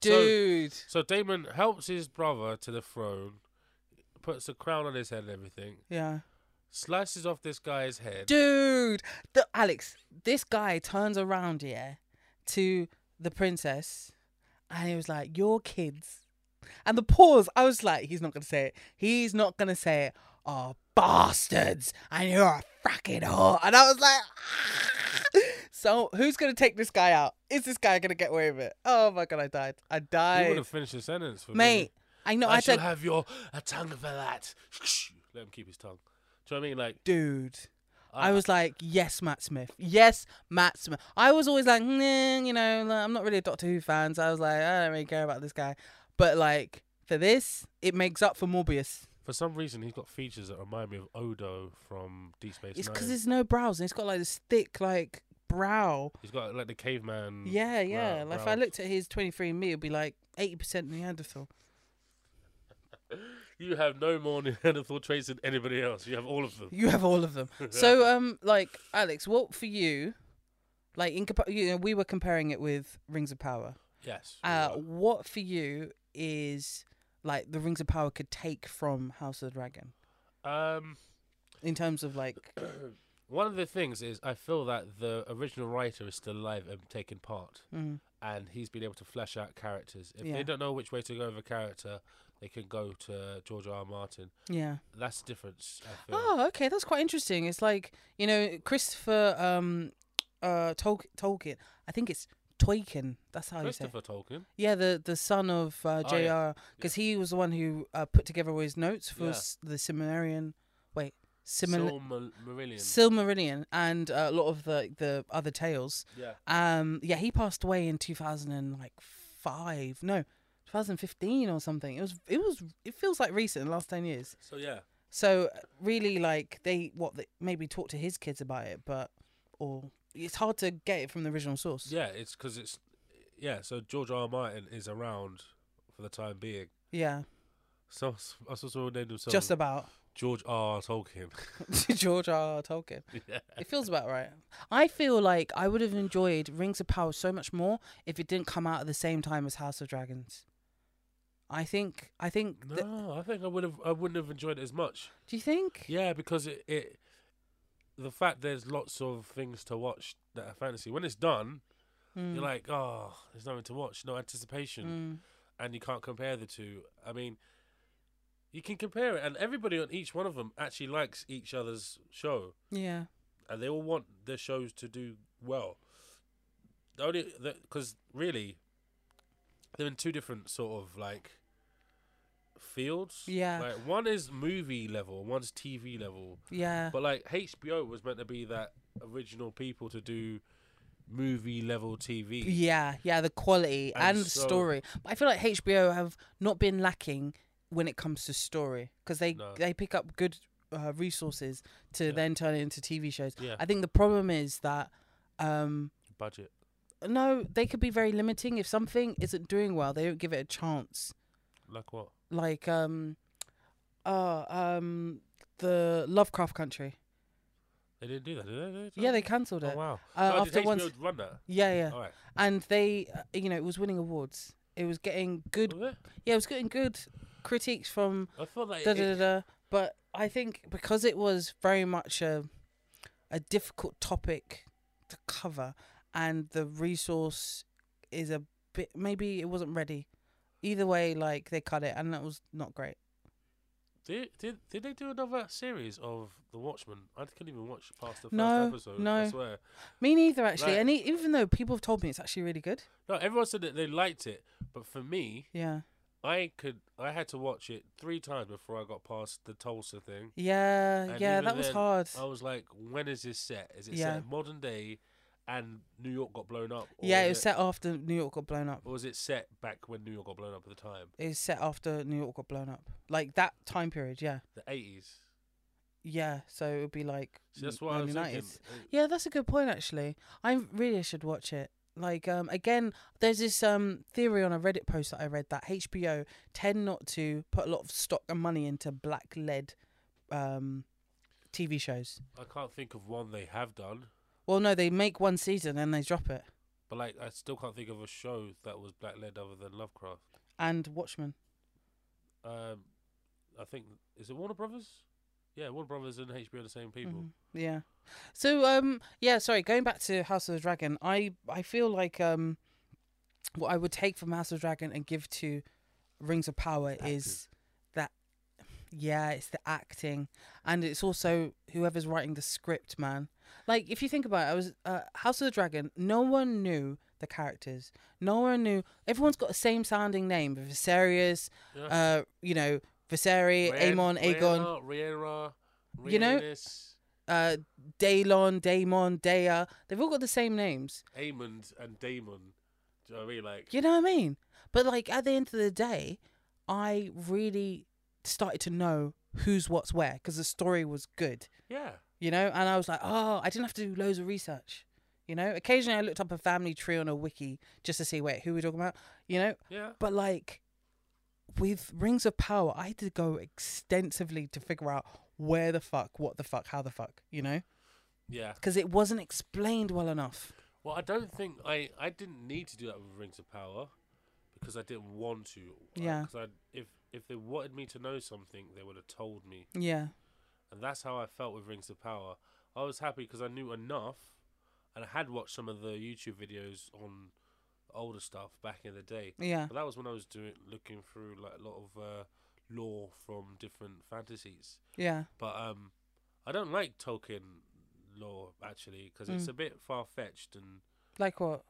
S2: Dude.
S1: so Damon helps his brother to the throne, puts a crown on his head and everything,
S2: yeah.
S1: slices off this guy's head.
S2: Dude. The Alex, this guy turns around, yeah, to the princess and he was like, Your kids. And the pause, I was like, he's not gonna say it. He's not gonna say it. Oh bastards. And you're a fucking whore. And I was like (laughs) So who's gonna take this guy out? Is this guy gonna get away with it? Oh my god, I died. I
S1: He would
S2: died.
S1: have finished the sentence for me.
S2: Mate, I know
S1: I,
S2: I,
S1: shall
S2: said
S1: have your a tongue for that. (laughs) Let him keep his tongue. Do you know what I mean? Like
S2: dude. I was like, yes, Matt Smith. Yes, Matt Smith. I was always like, nah, you know, like, I'm not really a Doctor Who fan, so I was like, I don't really care about this guy. But like for this, it makes up for Morbius.
S1: for some reason he's got features that remind me of Odo from Deep Space
S2: It's because
S1: Nine.
S2: there's no brows and it's got like this thick like brow.
S1: He's got like the caveman.
S2: Yeah,
S1: Mm,
S2: yeah.
S1: brow-
S2: like if I
S1: brows.
S2: looked at his 23andMe, it'd be like 80%
S1: (laughs)
S2: Neanderthal.
S1: You have no more (laughs) Neanderthal traits than anybody else. You have all of them.
S2: You have all
S1: (laughs)
S2: of them. so um, like Alex, what for you? Like in compa- you know, we were comparing it with Rings of Power.
S1: Yes. you
S2: Uh,
S1: are.
S2: what for you is like the Rings of Power could take from House of the Dragon
S1: Um,
S2: in terms of like,
S1: one of the things is I feel that the original writer is still alive and taking part,
S2: mm,
S1: and he's been able to flesh out characters. If
S2: Yeah.
S1: they don't know which way to go with a character, they can go to George R. R. Martin.
S2: yeah.
S1: That's the difference. I feel.
S2: Oh, okay, that's quite interesting. It's like you know Christopher um, uh, Tol- Tolkien. I think it's Tolkien. That's how you say. It.
S1: Christopher Tolkien.
S2: Yeah, the the son of uh,
S1: yeah.
S2: J.R. because he was the one who uh, put together all his notes for
S1: Yeah.
S2: s- the Silmarillion. Wait, Silmar-
S1: Silmarillion.
S2: Silmarillion and uh, a lot of the the other tales.
S1: yeah.
S2: Um, yeah, he passed away in two thousand and like five, no, 2015 or something. It was, it was, it feels like recent, the last ten years.
S1: So yeah.
S2: So really, like they what they maybe talk to his kids about it, but or it's hard to get it from the original source.
S1: Yeah, it's because it's yeah. So George R. R. Martin is around for the time being.
S2: Yeah,
S1: So I saw someone named himself
S2: just about (laughs)
S1: George R. Tolkien. (laughs)
S2: George R. R. Tolkien.
S1: yeah.
S2: It feels about right. I feel like I would have enjoyed Rings of Power so much more if it didn't come out at the same time as House of Dragons. I think. I think.
S1: No,
S2: that-
S1: I think I would have. I wouldn't have enjoyed it as much.
S2: do you think?
S1: Yeah, because it, it, the fact there's lots of things to watch that are fantasy. When it's done,
S2: Mm,
S1: you're like, hmm. oh, there's nothing to watch. No anticipation.
S2: mm.
S1: and you can't compare the two. I mean, you can compare it, and everybody on each one of them actually likes each other's show,
S2: Yeah.
S1: and they all want their shows to do well. The only because really, they're in two different sort of like fields.
S2: Yeah.
S1: like one is movie level, one's TV level.
S2: Yeah.
S1: But like HBO was meant to be that original people to do movie level TV.
S2: yeah, yeah, the quality and,
S1: And
S2: the
S1: so-
S2: story. But I feel like HBO have not been lacking when it comes to story because they
S1: No.
S2: they pick up good uh, resources to
S1: Yeah.
S2: then turn it into TV shows.
S1: Yeah.
S2: I think the problem is that um
S1: Budget.
S2: no, they could be very limiting if something isn't doing well, they don't give it a chance.
S1: Like what?
S2: Like um uh um the Lovecraft Country.
S1: They didn't do that, did they?
S2: Yeah, they cancelled it.
S1: Oh wow!
S2: Uh,
S1: No,
S2: after
S1: did
S2: once-
S1: HBO run that.
S2: Yeah, yeah.
S1: All right.
S2: And they uh, you know, it was winning awards. It was getting good
S1: Was it?
S2: Yeah, it was getting good critiques from
S1: I thought like
S2: da
S1: it-
S2: da da. da. But I think because it was very much a a difficult topic to cover, and the resource is a bit maybe it wasn't ready. Either way, like they cut it, and that was not great.
S1: did, did did they do another series of The Watchmen? I couldn't even watch past the first
S2: No,
S1: episode.
S2: no.
S1: I swear.
S2: Me neither, actually.
S1: Right.
S2: And e- even though people have told me it's actually really good,
S1: No, everyone said that they liked it, but for me,
S2: yeah,
S1: I could I had to watch it three times before I got past the Tulsa thing.
S2: yeah,
S1: And
S2: yeah,
S1: even
S2: that was
S1: then,
S2: hard.
S1: I was like, when is this set? Is it
S2: Yeah.
S1: set modern day, and New York got blown up? Or
S2: yeah,
S1: was
S2: it was set after New York got blown up.
S1: Or was it set back when New York got blown up at the time,
S2: It was set after New York got blown up, like that time period. Yeah,
S1: the eighties?
S2: yeah, so it would be like
S1: See, that's what I
S2: Man
S1: was
S2: United.
S1: thinking.
S2: Yeah, that's a good point actually. I really should watch it. Like um again, there's this um theory on a Reddit post that I read that HBO tend not to put a lot of stock and money into black led um TV shows.
S1: Uh, I can't think of one they have done,
S2: Well, no, they make one season and they drop it.
S1: but like I still can't think of a show that was black led other than Lovecraft.
S2: And Watchmen.
S1: Um, I think is it Warner Brothers? Yeah, Warner Brothers and HBO are the same people.
S2: Mhm. Yeah. So um yeah, sorry, going back to House of the Dragon, I I feel like um what I would take from House of the Dragon and give to Rings of Power
S1: Actors.
S2: is that yeah, it's the acting and it's also whoever's writing the script, man. Like if you think about it, I was uh, House of the Dragon, no one knew the characters. No one knew everyone's got the same sounding name, Viserys,
S1: Yeah.
S2: uh, you know, Viserys,
S1: Rhaen-
S2: Aemon, Aegon.
S1: Rhaena, Rhaera,
S2: You know-
S1: Rhaenys,
S2: uh Daylon, Daemon, Dea. They've all got the same names.
S1: Aemond and Daemon. Do you know what I mean? Like,
S2: You know what I mean? But like at the end of the day, I really started to know who's what's where because the story was good,
S1: yeah,
S2: you know? And I was like, oh, I didn't have to do loads of research. You know, occasionally I looked up a family tree on a wiki just to see, wait, who we're talking about, you know?
S1: yeah.
S2: But like with Rings of Power, I had to go extensively to figure out where the fuck, what the fuck, how the fuck, you know?
S1: Yeah.
S2: Because it wasn't explained well enough.
S1: Well, I don't think I I didn't need to do that with Rings of Power because I didn't want to.
S2: Yeah.
S1: Because I if if they wanted me to know something, they would have told me,
S2: Yeah.
S1: and that's how I felt with Rings of Power. I was happy because I knew enough, and I had watched some of the YouTube videos on older stuff back in the day.
S2: Yeah.
S1: But that was when I was doing looking through like a lot of uh, lore from different fantasies.
S2: Yeah.
S1: But um, I don't like Tolkien lore actually because it's
S2: Mm.
S1: a bit far fetched and
S2: Like what?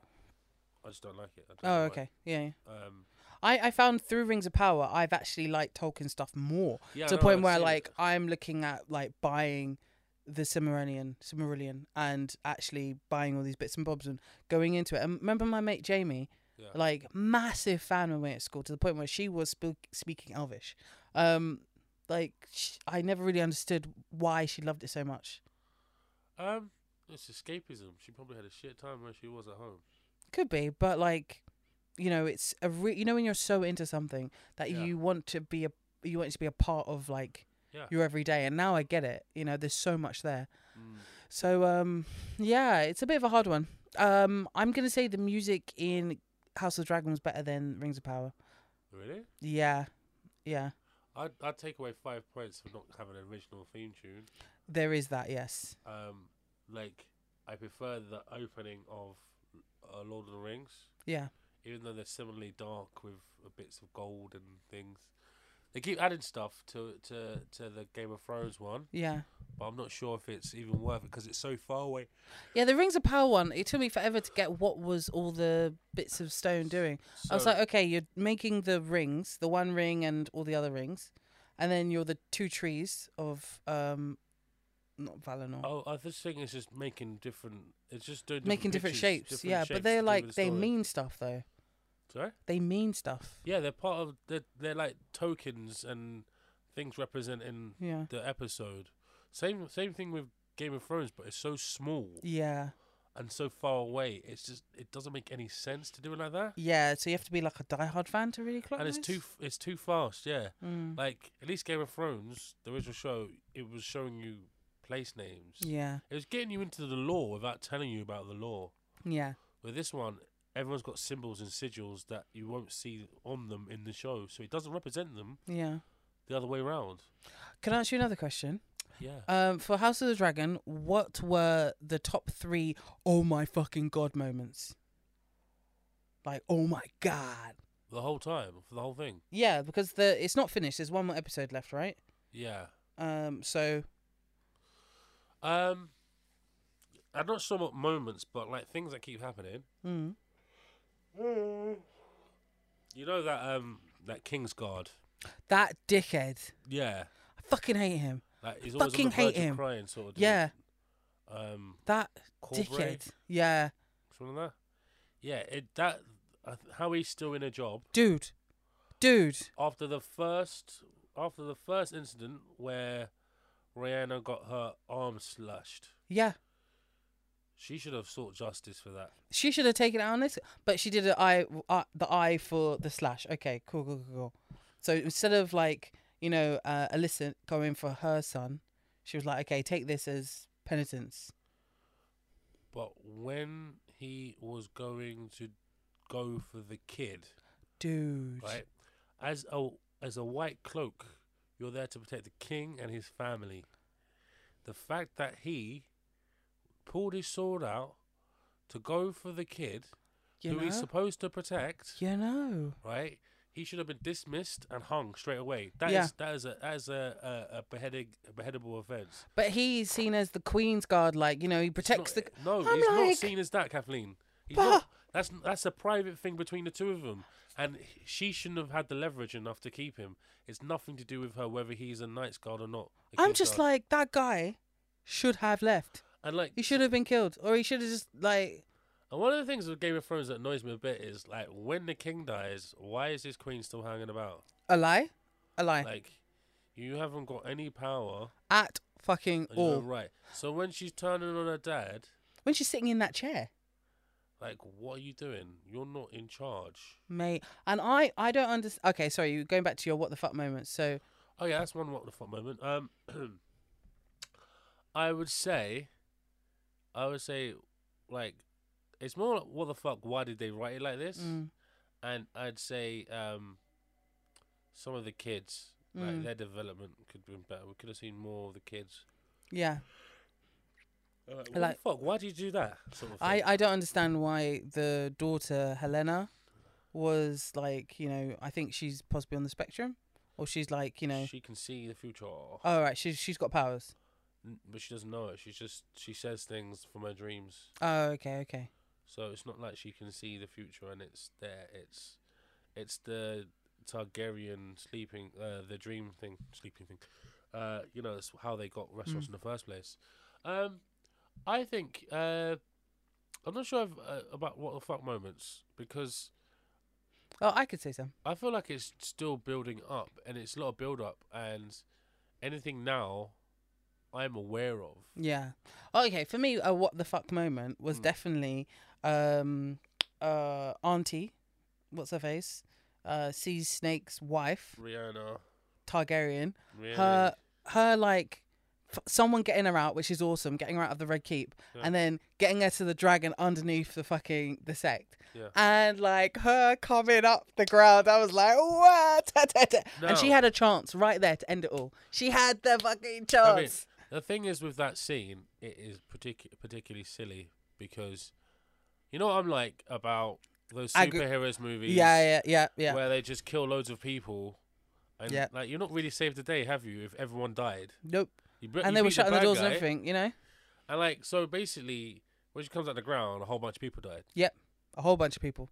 S1: I just don't like it. I don't
S2: Oh,
S1: know why.
S2: okay. Yeah. yeah.
S1: Um,
S2: I, I found through Rings of Power, I've actually liked Tolkien stuff more
S1: yeah,
S2: to
S1: no,
S2: the point
S1: I've
S2: where,
S1: seen it.
S2: like, I'm looking at like buying the Cimmerillion, Cimmerillion, and actually buying all these bits and bobs and going into it. And remember my mate Jamie,
S1: Yeah.
S2: like, massive fan when we were at school to the point where she was spook- speaking Elvish. Um, like, sh- I never really understood why she loved it so much.
S1: um, it's escapism. She probably had a shit time when she was at home.
S2: Could be, but like, you know, it's a re- you know when you're so into something that
S1: Yeah.
S2: you want to be a you want it to be a part of like
S1: Yeah.
S2: your everyday. And now I get it. You know, there's so much there.
S1: Mm.
S2: So um, yeah, it's a bit of a hard one. Um, I'm gonna say the music in House of the Dragon was better than Rings of Power.
S1: Really?
S2: Yeah, yeah,
S1: I'd, I'd take away five points for not having an original theme tune.
S2: there is that. Yes.
S1: Um, like I prefer the opening of uh, Lord of the Rings.
S2: Yeah.
S1: even though they're similarly dark with uh, bits of gold and things. They keep adding stuff to to to the Game of Thrones one,
S2: Yeah.
S1: but I'm not sure if it's even worth it because it's so far away.
S2: Yeah, the Rings of Power one, it took me forever to get what was all the bits of stone doing. I was
S1: So-
S2: like, okay, you're making the rings, the one ring and all the other rings, and then you're the two trees of um, not Valinor,
S1: oh, I just think it's just making different. It's just doing
S2: making different
S1: pictures,
S2: shapes.
S1: different
S2: yeah,
S1: shapes
S2: but
S1: to
S2: they're
S1: do
S2: like
S1: with the
S2: they
S1: story.
S2: mean stuff though.
S1: Sorry.
S2: They mean stuff.
S1: Yeah, they're part of they're, they're like tokens and things representing
S2: Yeah.
S1: the episode. Same same thing with Game of Thrones, but it's so small
S2: Yeah,
S1: and so far away. It's just it doesn't make any sense to do it like that.
S2: yeah. So you have to be like a diehard fan to really clock
S1: and it's
S2: this?
S1: too f- it's too fast. Yeah,
S2: Mm.
S1: like at least Game of Thrones, the original show, it was showing you place names.
S2: Yeah,
S1: It was getting you into the lore without telling you about the lore.
S2: yeah,
S1: With this one, everyone's got symbols and sigils that you won't see on them in the show, so it doesn't represent them
S2: yeah.
S1: the other way around.
S2: Can I ask you another question?
S1: Yeah.
S2: Um, for House of the Dragon, what were the top three oh my fucking god moments? Like, oh my god.
S1: the whole time for the whole thing.
S2: Yeah, because the it's not finished. There's one more episode left, right?
S1: Yeah.
S2: Um, so
S1: Um. I'm not sure what moments, but like things that keep happening.
S2: mm.
S1: You know that um that Kingsguard.
S2: that dickhead.
S1: Yeah.
S2: I fucking hate him.
S1: Like he's always
S2: Fucking
S1: on the verge
S2: hate
S1: of
S2: him.
S1: crying, sort of. dude.
S2: Yeah,
S1: Um,
S2: that
S1: Corbray,
S2: dickhead. Yeah,
S1: something like that. Yeah, it that uh, how he's still in a job
S2: dude, dude.
S1: after the first after the first incident where Rihanna got her arm slashed.
S2: Yeah.
S1: She should have sought justice for that.
S2: She should have taken it on this, but she did the eye, uh, the eye for the slash. Okay, cool, cool, cool, cool. So instead of like you know uh, Alyssa going for her son, she was like, okay, take this as penitence.
S1: But when he was going to go for the kid,
S2: Dude,
S1: right? As a as a white cloak, you're there to protect the king and his family. The fact that he pulled his sword out to go for the kid
S2: you
S1: who
S2: know,
S1: he's supposed to protect,
S2: you know,
S1: right? He should have been dismissed and hung straight away. That is
S2: Yeah.
S1: that is a that is a a, a beheading a beheadable offence.
S2: but he's seen as the Queen's guard. Like you know, he protects the.
S1: It's not- No,
S2: I'm
S1: he's not
S2: like-
S1: seen as that, Kathleen. He's
S2: But-
S1: not. That's that's a private thing between the two of them, and h- she shouldn't have had the leverage enough to keep him. It's nothing to do with her whether he's a knight's guard or not. a
S2: I'm
S1: king's
S2: just
S1: guard.
S2: like that guy should have left.
S1: and like,
S2: He should have been killed, or he should have just like
S1: and one of the things with Game of Thrones that annoys me a bit is like when the king dies, why is his queen still hanging about?
S2: a lie, a lie
S1: Like, you haven't got any power.
S2: at fucking
S1: And you're
S2: all.
S1: right. So when she's turning on her dad,
S2: When she's sitting in that chair,
S1: like, what are you doing? You're not in charge.
S2: mate, and I, I don't understand. Okay, sorry, you're going back to your what the fuck moment. So
S1: Oh yeah, that's one what the fuck moment. Um, (clears throat) I would say, I would say, like, it's more like, what the fuck? Why did they write it like this?
S2: mm,
S1: And I'd say, um, some of the kids, like
S2: Mm.
S1: their development could have been better. We could have seen more of the kids.
S2: yeah,
S1: Like, what
S2: Like-
S1: the fuck? Why did you do that? Sort of thing.
S2: I, I don't understand why the daughter Helena was like, you know, I think she's possibly on the spectrum, or she's like, you know,
S1: she can see the future,
S2: oh right, she's she's got powers.
S1: N- but she doesn't know it. She's just she says things from her dreams.
S2: Oh okay, okay,
S1: So it's not like she can see the future and it's there. It's it's the Targaryen sleeping, uh, the dream thing, sleeping thing. Uh, you know, it's how they got restaurants in the first place. Um, I think uh, I'm not sure if, uh, about what the fuck moments because
S2: oh I could say some.
S1: I feel like it's still building up and it's a lot of build up and anything now I'm aware of.
S2: Yeah. Oh, Okay, for me, a what the fuck moment was
S1: Mm.
S2: definitely um uh Auntie, what's her face? Uh sees Snake's wife,
S1: Rihanna,
S2: Targaryen.
S1: really,
S2: Her her like f- someone getting her out, which is awesome, getting her out of the red keep
S1: Yeah.
S2: and then getting her to the dragon underneath the fucking the sect.
S1: Yeah.
S2: And like her coming up the ground, I was like, what? (laughs) And she
S1: No.
S2: had a chance right there to end it all. She had the fucking chance.
S1: I mean, the thing is with that scene, it is particu- particularly silly because you know what I'm like about those
S2: Aggra-
S1: superheroes movies
S2: yeah, yeah, yeah, yeah.
S1: where they just kill loads of people. And
S2: Yeah.
S1: like you're not really saved the day, have you? If everyone died,
S2: Nope.
S1: you bre-
S2: and
S1: you
S2: they were
S1: beat
S2: shutting the,
S1: bad
S2: doors and
S1: guy,
S2: everything, you know?
S1: And like so, basically, when she comes out the ground, a whole bunch of people died,
S2: A whole bunch of people.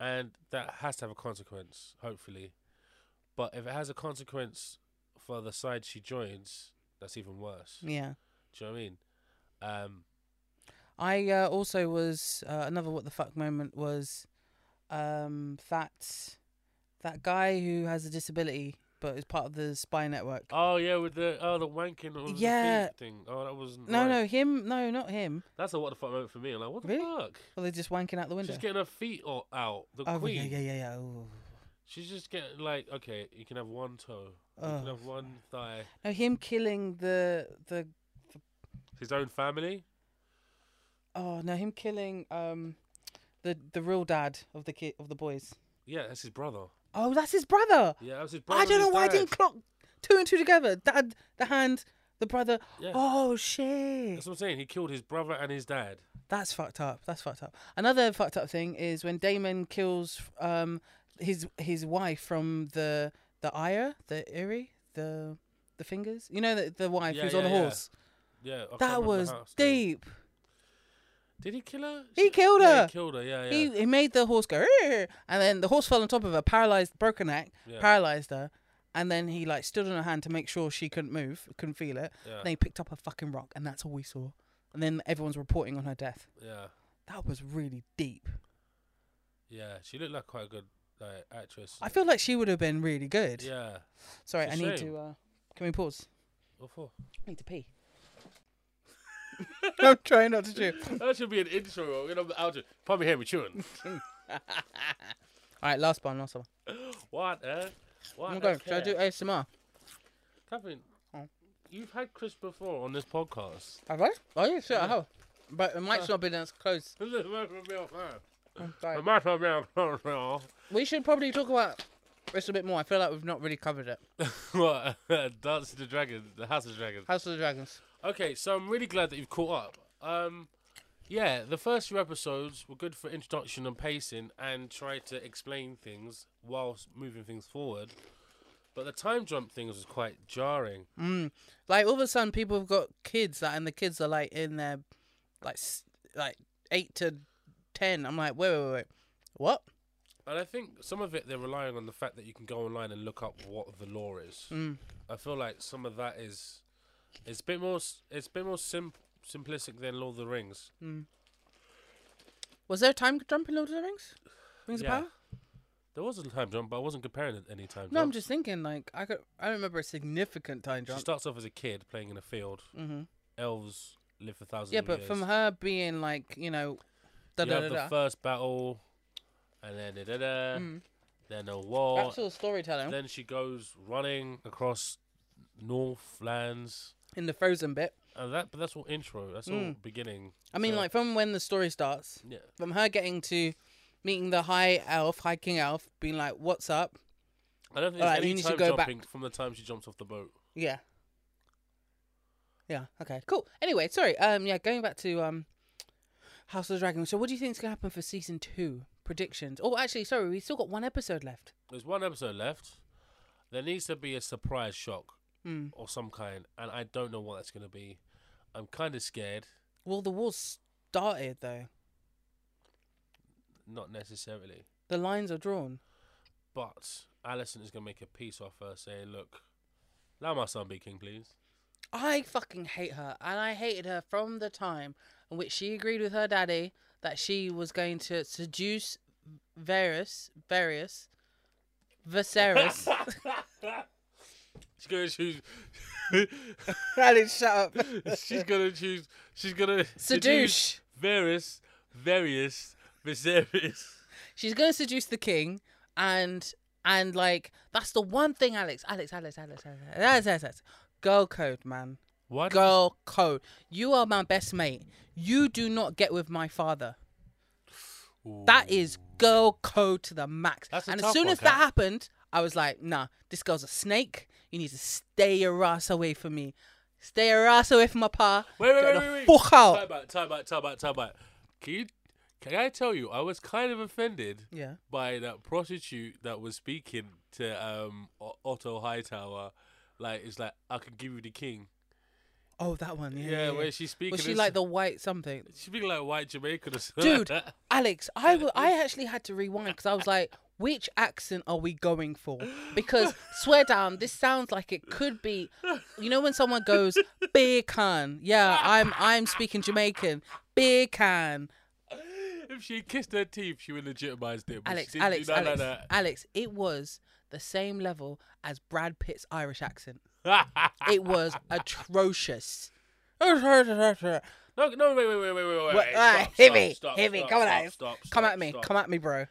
S1: and that has to have a consequence, hopefully. But if it has a consequence for the side she joins, that's even worse.
S2: Yeah.
S1: Do you know what I mean? Um,
S2: I uh, also was uh, another what the fuck moment was um that that guy who has a disability but is part of the spy network.
S1: Oh yeah, with the oh the wanking on
S2: Yeah.
S1: the feet thing. Oh, that was
S2: no,
S1: right.
S2: no, him. No, not him.
S1: That's a what the fuck moment for me. I'm like, what the
S2: Really?
S1: fuck?
S2: Well, they're just wanking out the window.
S1: She's getting her feet o- out. The
S2: oh,
S1: queen.
S2: yeah, yeah, yeah, yeah. Ooh.
S1: She's just getting like, okay, you can have one toe, you can
S2: Oh.
S1: have one thigh.
S2: No, him killing the the.
S1: His own family.
S2: Oh no, him killing um, the the real dad of the kid of the boys.
S1: Yeah, that's his brother.
S2: Oh, that's his brother.
S1: Yeah, that's his brother.
S2: I don't
S1: and
S2: know
S1: his
S2: why I
S1: dad.
S2: didn't clock two and two together. Dad, the hand, the brother.
S1: Yeah.
S2: Oh shit.
S1: That's what I'm saying. He killed his brother and his dad.
S2: That's fucked up. That's fucked up. Another fucked up thing is when Damon kills um his his wife from the the Ire, the Iri, the the fingers. You know the the wife
S1: Yeah,
S2: who's
S1: yeah,
S2: on the
S1: yeah.
S2: horse.
S1: Yeah, I can't
S2: That
S1: remember
S2: was
S1: how it's named.
S2: deep.
S1: Did he kill her?
S2: He killed
S1: Yeah,
S2: her.
S1: He killed her. Yeah, yeah.
S2: He he made the horse go "Arr!" and then the horse fell on top of her, paralyzed broken neck,
S1: Yeah.
S2: paralyzed her. And then he like stood on her hand to make sure she couldn't move, couldn't feel it.
S1: yeah,
S2: Then he picked up a fucking rock, and that's all we saw. And then everyone's reporting on her death.
S1: yeah,
S2: That was really deep.
S1: yeah. She looked like quite a good like actress.
S2: I feel like she would have been really good.
S1: yeah.
S2: Sorry, I
S1: It's a
S2: need
S1: shame.
S2: to. Uh, can we pause?
S1: What for?
S2: need to pee. (laughs) I'm trying not to chew.
S1: That should be an intro. We're gonna outro. Probably hear me chewing.
S2: All right, last one, last one.
S1: What? Eh? What?
S2: I'm
S1: a
S2: going. Should I
S1: care.
S2: do ASMR?
S1: Catherine,
S2: Oh.
S1: you've had Chris before on this podcast. (laughs)
S2: Have I? Oh yeah, sure I have. But the mic's not been as close.
S1: This is my real fan.
S2: I'm sorry.
S1: Uh. My (laughs) real fan.
S2: We should probably talk about this a bit more. I feel like we've not really covered it.
S1: What? (laughs) Dance of the Dragon, the House of the Dragon.
S2: House of the Dragons.
S1: Okay, so I'm really glad that you've caught up. Um, yeah, the first few episodes were good for introduction and pacing and try to explain things whilst moving things forward. But the time jump things was quite jarring.
S2: Like all of a sudden, people have got kids, like, and the kids are like in their, like, s- like eight to ten. I'm like, wait, wait, wait, wait. what?
S1: And I think some of it they're relying on the fact that you can go online and look up what the law is.
S2: Mm.
S1: I feel like some of that is it's a bit more s- it's a bit more sim- simplistic than Lord of the Rings.
S2: Mm. Was there a time jump in Lord of the Rings? Rings
S1: Yeah.
S2: of Power?
S1: There was a time jump, but I wasn't comparing it to any time
S2: No, I'm
S1: jumps.
S2: just thinking. Like, I could, I don't remember a significant time
S1: She
S2: jump.
S1: starts off as a kid playing in a field.
S2: mm-hmm.
S1: Elves live for thousands.
S2: Yeah,
S1: of
S2: but
S1: years.
S2: from her being like, you know, da
S1: you
S2: da
S1: have
S2: da
S1: the
S2: da.
S1: first battle, and then da da da,
S2: Mm.
S1: then a war.
S2: Actual storytelling
S1: Then she goes running across Northlands,
S2: in the frozen bit.
S1: and that. But that's all intro. That's all
S2: Mm.
S1: beginning.
S2: I mean,
S1: So,
S2: like from when the story starts,
S1: yeah.
S2: from her getting to meeting the high elf, high king elf, being like, "What's up?"
S1: I don't think
S2: Alright,
S1: there's
S2: you
S1: any
S2: need to
S1: time
S2: go back.
S1: jumping from the time she jumps off the boat.
S2: Yeah. Yeah. Okay. Cool. Anyway, sorry. Um. Yeah. Going back to um, House of the Dragon. So, what do you think's gonna happen for season two? Predictions. Oh, actually, sorry, we still got one episode left.
S1: There's one episode left. There needs to be a surprise shock
S2: Hmm.
S1: or some kind, and I don't know what that's going to be. I'm kind of scared.
S2: Well, the war started though.
S1: Not necessarily.
S2: The lines are drawn.
S1: But Alison is going to make a peace offer saying, look, allow my son be king, please.
S2: I fucking hate her, and I hated her from the time in which she agreed with her daddy that she was going to seduce Varys, Varys, Viserys. (laughs)
S1: She's going to choose. (laughs)
S2: Alex, shut up.
S1: she's going to choose. She's going to
S2: Seduce.
S1: Varys, Various, (laughs) Viserys.
S2: She's going to seduce the king, and and like that's the one thing, Alex, Alex, Alex, Alex, Alex, Alex, Alex, Alex. girl code, man,
S1: Why does
S2: girl code. You are my best mate. You do not get with my father. That is girl code to the max.
S1: That's a
S2: and as
S1: tough
S2: soon
S1: one,
S2: as that
S1: Kat.
S2: happened, I was like, nah, this girl's a snake. You need to stay your ass away from me. Stay your ass away from my pa.
S1: Wait, wait,
S2: Get
S1: wait,
S2: the
S1: wait, wait.
S2: fuck out.
S1: Time out, time out, time out, time out. Can you, can I tell you? I was kind of offended
S2: Yeah.
S1: by that prostitute that was speaking to um O- Otto Hightower. Like it's like I could give you the king.
S2: Oh, that one. Yeah.
S1: Yeah,
S2: yeah, yeah.
S1: where she's speaking.
S2: Was she
S1: it's-
S2: like the white something?
S1: She's speaking like white Jamaican or something.
S2: Dude, Alex, I wa- I actually had to rewind because I was like, which accent are we
S1: (laughs)
S2: going for? Because swear down, this sounds like it could be. You know when someone goes beer can? Yeah, I'm I'm speaking Jamaican. Beer can.
S1: (laughs) if she kissed her teeth, she would legitimize it. but
S2: Alex,
S1: she didn't
S2: Alex,
S1: do none of
S2: Alex, Alex, it was the same level as Brad Pitt's
S1: (laughs)
S2: Irish accent.
S1: that.
S2: It was atrocious. Come
S1: no, no, wait, wait, wait, wait, wait, wait.
S2: What-
S1: wait,
S2: ah,
S1: stop,
S2: hit
S1: stop,
S2: me,
S1: stop,
S2: hit me,
S1: stop,
S2: come on,
S1: stop,
S2: Alex.
S1: Stop, stop,
S2: at me,
S1: stop.
S2: come at me, bro.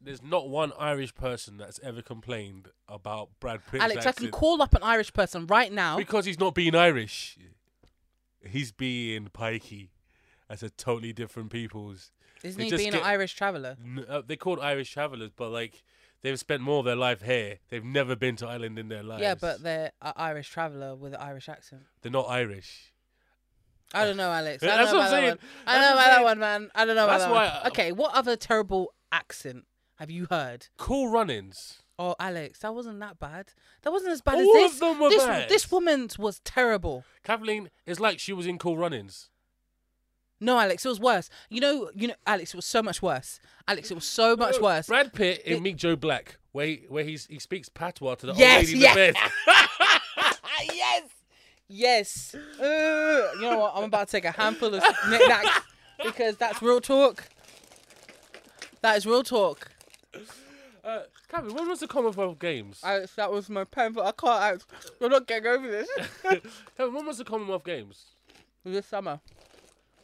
S1: There's not one Irish person that's ever complained about Brad Pitt's
S2: Alex, I can
S1: accent
S2: call up an Irish person right now.
S1: because he's not being Irish. He's being pikey. That's a totally different people's.
S2: Isn't
S1: they
S2: he
S1: just
S2: being an
S1: get-
S2: Irish traveller?
S1: N- uh, They're called Irish travellers, but like they've spent more of their life here. They've never been to Ireland in their lives.
S2: Yeah, but they're an Irish traveller with an Irish accent.
S1: they're not Irish.
S2: I don't know, Alex. I
S1: (laughs)
S2: don't
S1: That's
S2: know
S1: what
S2: about
S1: I'm
S2: that
S1: saying.
S2: one. I don't
S1: That's what
S2: know about
S1: I'm
S2: that
S1: saying.
S2: one, man. I don't know about
S1: That's
S2: that
S1: why
S2: one.
S1: I-
S2: okay, what other terrible accent have you heard?
S1: Cool runnings.
S2: Oh, Alex, that wasn't that bad. That wasn't as bad as
S1: All
S2: this.
S1: of them were
S2: this,
S1: bad.
S2: this woman's was terrible.
S1: Kathleen is like she was in Cool Runnings.
S2: No, Alex, it was worse. You know, you know, Alex, it was so much worse. Alex, it was
S1: (laughs)
S2: so much worse.
S1: Brad Pitt in Meet Joe Black, where he, where he's, he speaks patois to the
S2: Yes,
S1: old lady
S2: yes.
S1: in
S2: (laughs)
S1: the bed.
S2: Ah, yes, yes. Uh, you know what? I'm about to take a handful of
S1: (laughs)
S2: knickknacks because that's real talk. That is real talk.
S1: Uh, Kevin, when was the Commonwealth Games?
S2: Alex, that was my pen, but I can't. Alex, you're not getting over
S1: (laughs)
S2: this.
S1: Kevin, when was the Commonwealth Games?
S2: this summer,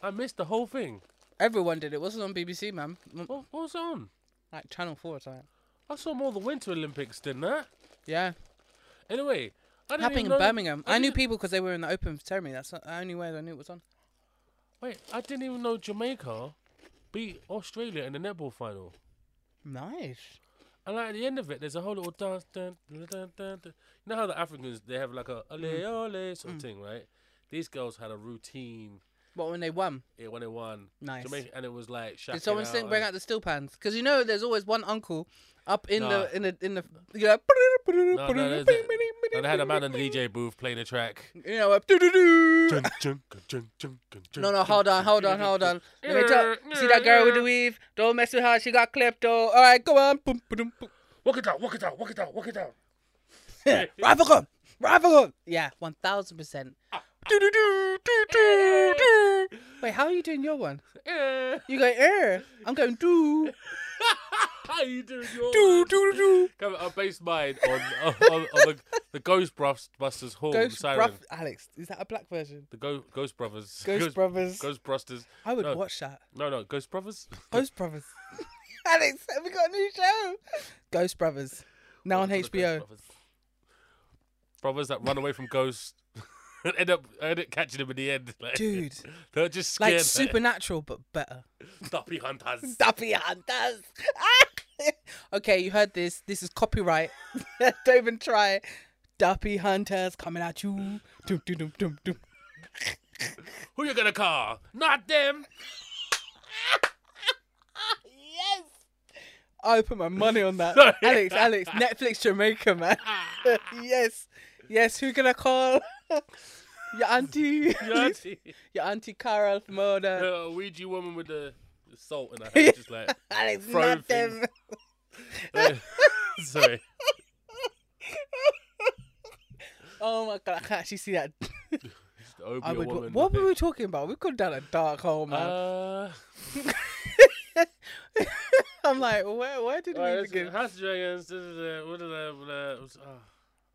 S1: I missed the whole thing.
S2: everyone did it. it wasn't on BBC, man. Mm,
S1: What, what was on?
S2: Like Channel Four or something.
S1: I saw more of the Winter Olympics than that.
S2: Yeah,
S1: Anyway, I didn't
S2: happening
S1: even
S2: in
S1: know-
S2: Birmingham. I, knew
S1: didn't-
S2: people because they were in the open ceremony. That's the only way I knew it was on.
S1: Wait, I didn't even know Jamaica beat Australia in the netball final.
S2: Nice.
S1: And like, at the end of it, there's a whole little dance. Dun, dun, dun, dun, dun. You know how the Africans they have like a
S2: Mm.
S1: ole ole sort of thing, right? These girls had a routine
S2: But when they won,
S1: yeah, when they won.
S2: Nice.
S1: Jamaica, and it was like. shacking
S2: did someone
S1: out
S2: sing, bring
S1: and-
S2: out the steel pans? Because you know, there's always one uncle up in
S1: Nah.
S2: the in the in the. You know,
S1: No, no, no,
S2: (laughs)
S1: they- no, they had a man in the DJ booth playing the track.
S2: You know, like, doo-doo-doo.
S1: no,
S2: (laughs) No, no, hold on, hold on, hold on. Let me tell. See that girl with the weave? Don't mess with her. She got klepto. All right, go on. Boom, boom, boom. (laughs)
S1: Walk it out, walk it out, walk it out, walk it out.
S2: Ravagon, Ravagon. Yeah, one thousand percent. Wait, how are you doing your one? You go er. I'm going do
S1: How you doing, your
S2: do
S1: do,
S2: do do.
S1: I based mine on, on, on, on the, the Ghostbusters Hall
S2: Ghost
S1: siren.
S2: Bruv- Alex, is that a black version?
S1: the Go- Ghost Brothers.
S2: Ghost, Brothers.
S1: Ghostbusters.
S2: I would
S1: no.
S2: watch that.
S1: No, no, Ghost
S2: (laughs)
S1: Brothers.
S2: Ghost Brothers.
S1: (laughs)
S2: Alex, have we got a new show? Ghost Brothers. Now on
S1: Welcome to the Ghost
S2: HBO.
S1: Brothers. Brothers that run away from ghosts (laughs) and end up, end up catching them in the end. (laughs) Like,
S2: Dude,
S1: They're just scared.
S2: like supernatural, but better.
S1: Duppy
S2: (laughs)
S1: hunters.
S2: Duffy Hunters. Ah! (laughs) okay, you heard this. This is copyright. (laughs) Don't even try. Duppy Hunters coming at you. Dum, dum, dum, dum, dum.
S1: Who you gonna call? Not
S2: (laughs)
S1: them.
S2: Yes. I put my money on that.
S1: Sorry.
S2: Alex, Alex, Netflix
S1: (laughs)
S2: Jamaica, man. yes. Yes, who gonna call? (laughs) Your auntie.
S1: Yeah,
S2: (laughs) Your auntie Carol from Moda.
S1: a Ouija woman with the the salt
S2: (laughs)
S1: in her head, just like.
S2: Alex,
S1: Throw
S2: not them.
S1: things. (laughs) Sorry.
S2: Oh my god, I can actually see that.
S1: Just open
S2: I
S1: your
S2: would,
S1: woman.
S2: what were we talking about? We could down a dark hole, man.
S1: Uh,
S2: I'm like, where, where did
S1: alright,
S2: we
S1: let's
S2: begin?
S1: go. House of Dragons. da, da, da, what are the- what are the- what's- ah,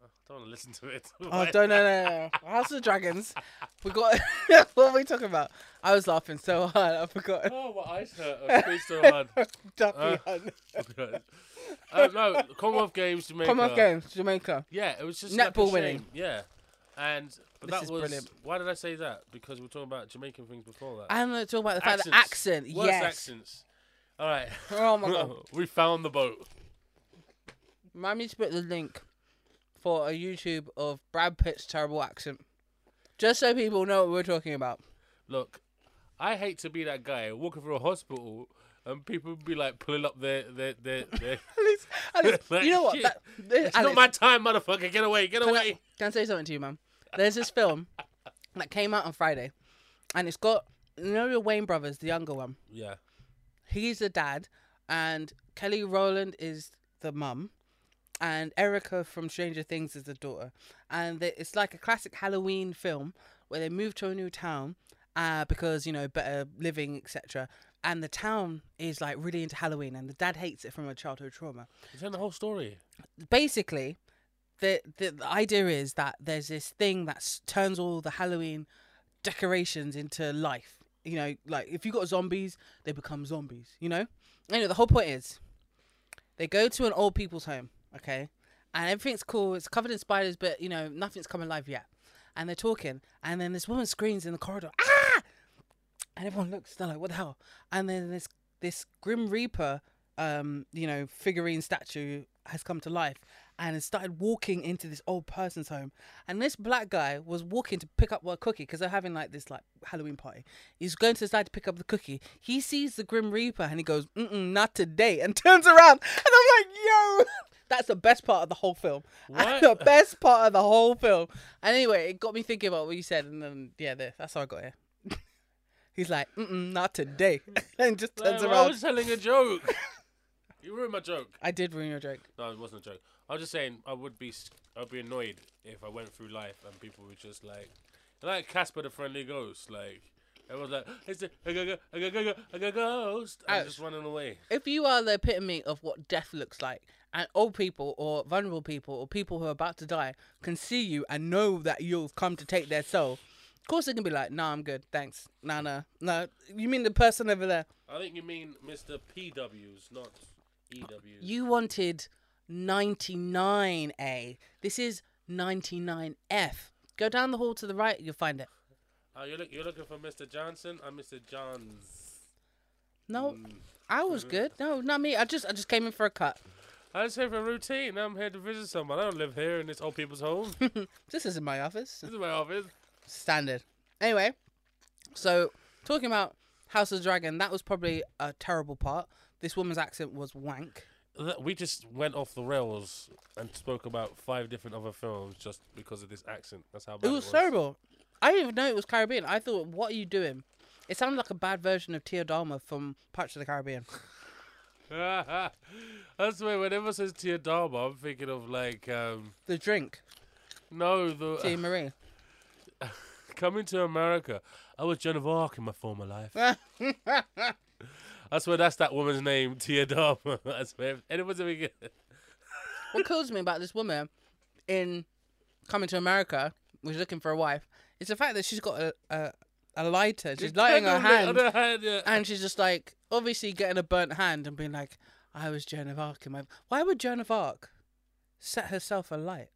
S1: I don't want to listen to it. (laughs)
S2: Oh, don't, no, no, no, no. (laughs) House of the Dragons. We got. (laughs) what were we talking about? I was laughing so hard, I forgot.
S1: Oh, my eyes hurt. I've squeezed so hard.
S2: (laughs) Duffy
S1: Uh,
S2: Hunt. (laughs)
S1: uh, no, Commonwealth Games Jamaica.
S2: Commonwealth Games, Jamaica.
S1: Yeah, it was just
S2: Netball
S1: such a shame.
S2: winning.
S1: Yeah, and but
S2: This
S1: that
S2: is
S1: was
S2: brilliant.
S1: why did I say that? Because we were talking about Jamaican things before that.
S2: I'm going to talk about the fact that accent.
S1: Worst
S2: yes.
S1: accents. All right.
S2: Oh my god.
S1: (laughs) we found the boat.
S2: Remind me to put the link for a YouTube of Brad Pitt's terrible accent. Just so people know what we're talking (laughs) about.
S1: Look, I hate to be that guy walking through a hospital and people be like pulling up their their their.
S2: (laughs)
S1: their
S2: Alex,
S1: (laughs)
S2: Alex,
S1: Like,
S2: you know what?
S1: shit.
S2: That,
S1: it's not my time, motherfucker. Get away, get
S2: Can I,
S1: away.
S2: can I say something to you, man? There's this film that came out on Friday, and it's got you know the Wayne brothers, the younger one.
S1: Yeah.
S2: He's the dad, and Kelly Rowland is the mum, and Erica from Stranger Things is the daughter. And they- it's like a classic Halloween film where they move to a new town uh, because you know better living, etc. And the town is like really into Halloween, and the dad hates it from a childhood trauma
S1: It's in the whole story.
S2: basically the, the the idea is that there's this thing that s- turns all the Halloween decorations into life. You know, like if you got zombies, they become zombies. You know. Anyway, the whole point is, they go to an old people's home, okay, and everything's cool. It's covered in spiders, but you know nothing's come alive yet. And they're talking, and then this woman screams in the corridor, ah! And everyone looks. They're like, what the hell? And then this this grim reaper um, you know, figurine statue has come to life and has started walking into this old person's home. And this black guy was walking to pick up a cookie because they're having like this like Halloween party. He's going to decide to pick up the cookie. He sees the Grim Reaper and he goes, Mm-mm, not today, and (laughs) turns around. And I'm like, yo, (laughs) that's the best part of the whole film. (laughs)
S1: What?
S2: the best part of the whole film. And anyway, it got me thinking about what you said. And then, yeah, there, that's how I got here. He's like, Mm-mm, not today. (laughs) and just turns
S1: Man, I
S2: around.
S1: was telling a joke. (laughs) you ruined my joke.
S2: I did ruin your joke.
S1: No, it wasn't a joke. I was just saying I would be s- I'd be annoyed if I went through life and people were just like like Casper the Friendly Ghost, like Everyone's like, it's a, I got a, I got a, I got a ghost. I'm
S2: Ouch.
S1: just running away.
S2: if you are the epitome of what death looks like, and old people or vulnerable people or people who are about to die can see you and know that you've come to take their soul, of course they can be like, "Nah, I'm good, thanks." Nah, nah, no. You mean the person over there?
S1: I think you mean Mr. PWs, not E EWs.
S2: You wanted 99A. This is 99F. Go down the hall to the right, you'll find it.
S1: Oh, you're, look, you're looking for Mr. Johnson? I'm Mr. Johns.
S2: No, I was good. No, not me. I just, I just came in for a cut.
S1: I just here for a routine. I'm here to visit someone. I don't live here in this old people's home. (laughs) this
S2: This isn't my office.
S1: is my office.
S2: standard. Anyway, so talking about House of the Dragon, that was probably a terrible part. This woman's accent was wank.
S1: Th- We just went off the rails and spoke about five different other films just because of this accent. That's how bad
S2: It was terrible. I didn't even know it was Caribbean. I thought, what are you doing? It sounded like a bad version of Tia Dalma from Pirates of the Caribbean.
S1: (laughs) That's why whenever it says Tia Dharma, I'm thinking of like, um,
S2: The drink,
S1: no,
S2: Tia
S1: (sighs) the
S2: Marie.
S1: (laughs) coming to America. I was Joan of Arc in my former (laughs) life.
S2: That's
S1: I swear that's that woman's name, Tia Dharma. (laughs) I swear. if Anyone's ever get
S2: what kills me about this woman in coming to America, was looking for a wife, is the fact that she's got a, a, a lighter. She's lighting her hand.
S1: On her hand yeah.
S2: And she's just like, obviously getting a burnt hand and being like, I was Joan of Arc in my. Why would Joan of Arc set herself alight?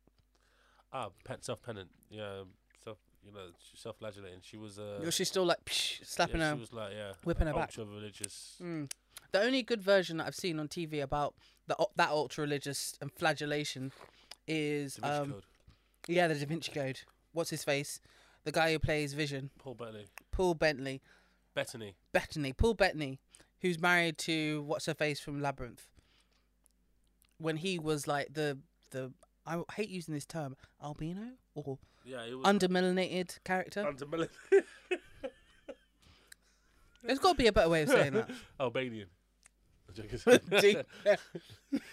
S1: Ah, pen, self-pennant. Yeah, um, self. You know, self-flagellating. She was. Uh,
S2: Or she's still like psh, slapping
S1: yeah,
S2: her.
S1: she was like, yeah,
S2: whipping her back.
S1: ultra religious.
S2: Mm. The only good version that I've seen on TV about the that ultra religious and flagellation is
S1: Da Vinci
S2: um,
S1: Code.
S2: yeah the Da Vinci Code. What's his face? The guy who plays Vision,
S1: Paul Bettany.
S2: Paul Bentley,
S1: Bettany.
S2: Bettany, Paul Bettany, who's married to what's her face from Labyrinth. When he was like the the I hate using this term albino or
S1: Yeah, he was
S2: undermelanated character.
S1: under Mil-
S2: There's got to be a better way of saying
S1: (laughs)
S2: that.
S1: (laughs) Albanian. I'm
S2: (laughs)
S1: joking. (laughs)
S2: D-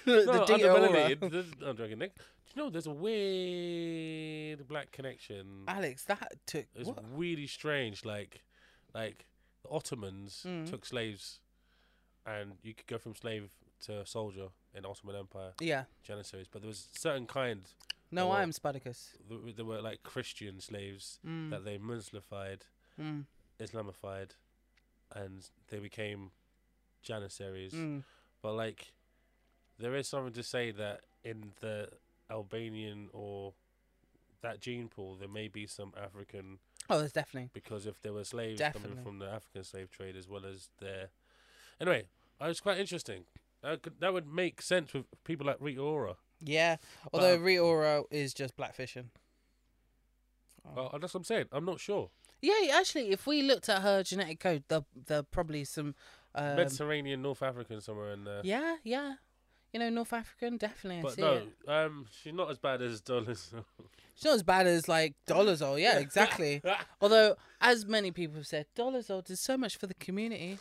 S1: no,
S2: the D O R.
S1: undermelanated. This is- I'm joking, Nick. Do you know there's a weird black connection?
S2: Alex, that took
S1: It's
S2: Uh, what?
S1: really strange. Like, like the Ottomans
S2: Mm.
S1: took slaves, and you could go from slave to soldier in Ottoman Empire
S2: Yeah.
S1: janissaries. But there was certain kind
S2: No,
S1: Well-
S2: I'm Spartacus.
S1: th- there were like Christian slaves that they Muslified,
S2: Mm.
S1: Islamified, and they became janissaries.
S2: Mm.
S1: But like, there is something to say that in the Albanian or that gene pool, there may be some African
S2: Oh, there's definitely.
S1: because if there were slaves
S2: Definitely.
S1: coming from the African slave trade as well as their. Anyway, uh, it's quite interesting. That, could, that would make sense with people like Rita Ora.
S2: Yeah. Although
S1: But-
S2: Reora is just blackfishing. Oh.
S1: Uh, that's what I'm saying. I'm not sure.
S2: Yeah, actually, if we looked at her genetic code, there there probably some. Um,
S1: Mediterranean, North African, somewhere in there.
S2: Yeah, yeah. You know, North African, definitely. I
S1: But
S2: see
S1: no,
S2: it.
S1: um, she's not as bad as (laughs) Dollars.
S2: She's not as bad as like Dolezal. Yeah,
S1: (laughs)
S2: exactly. Although, as many people have said, Dolezal did so much for the community.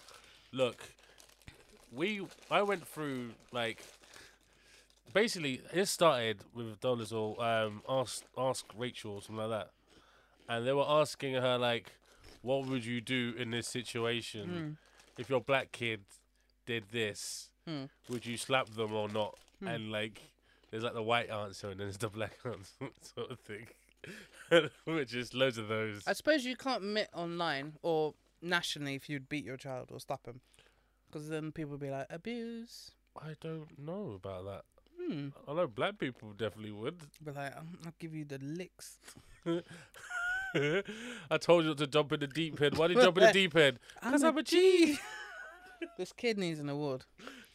S1: Look, we I went through like basically it started with Dollars or um ask ask Rachel or something like that, and they were asking her like, what would you do in this situation
S2: Hmm.
S1: if your black kid did this? Would you slap them or not?
S2: Hmm.
S1: And like, there's like the white answer and then there's the black (laughs) answer sort of thing. (laughs) Which is loads of those.
S2: I suppose you can't admit online or nationally if you'd beat your child or slap him, because then people would be like abuse.
S1: I don't know about that.
S2: Hmm.
S1: I know black people definitely would.
S2: But like, "Um, I'll give you the licks.
S1: (laughs) I told you not to jump in the deep end. Why did you jump in
S2: (laughs)
S1: the deep end? Because I'm a G. (laughs)
S2: This kid needs an award.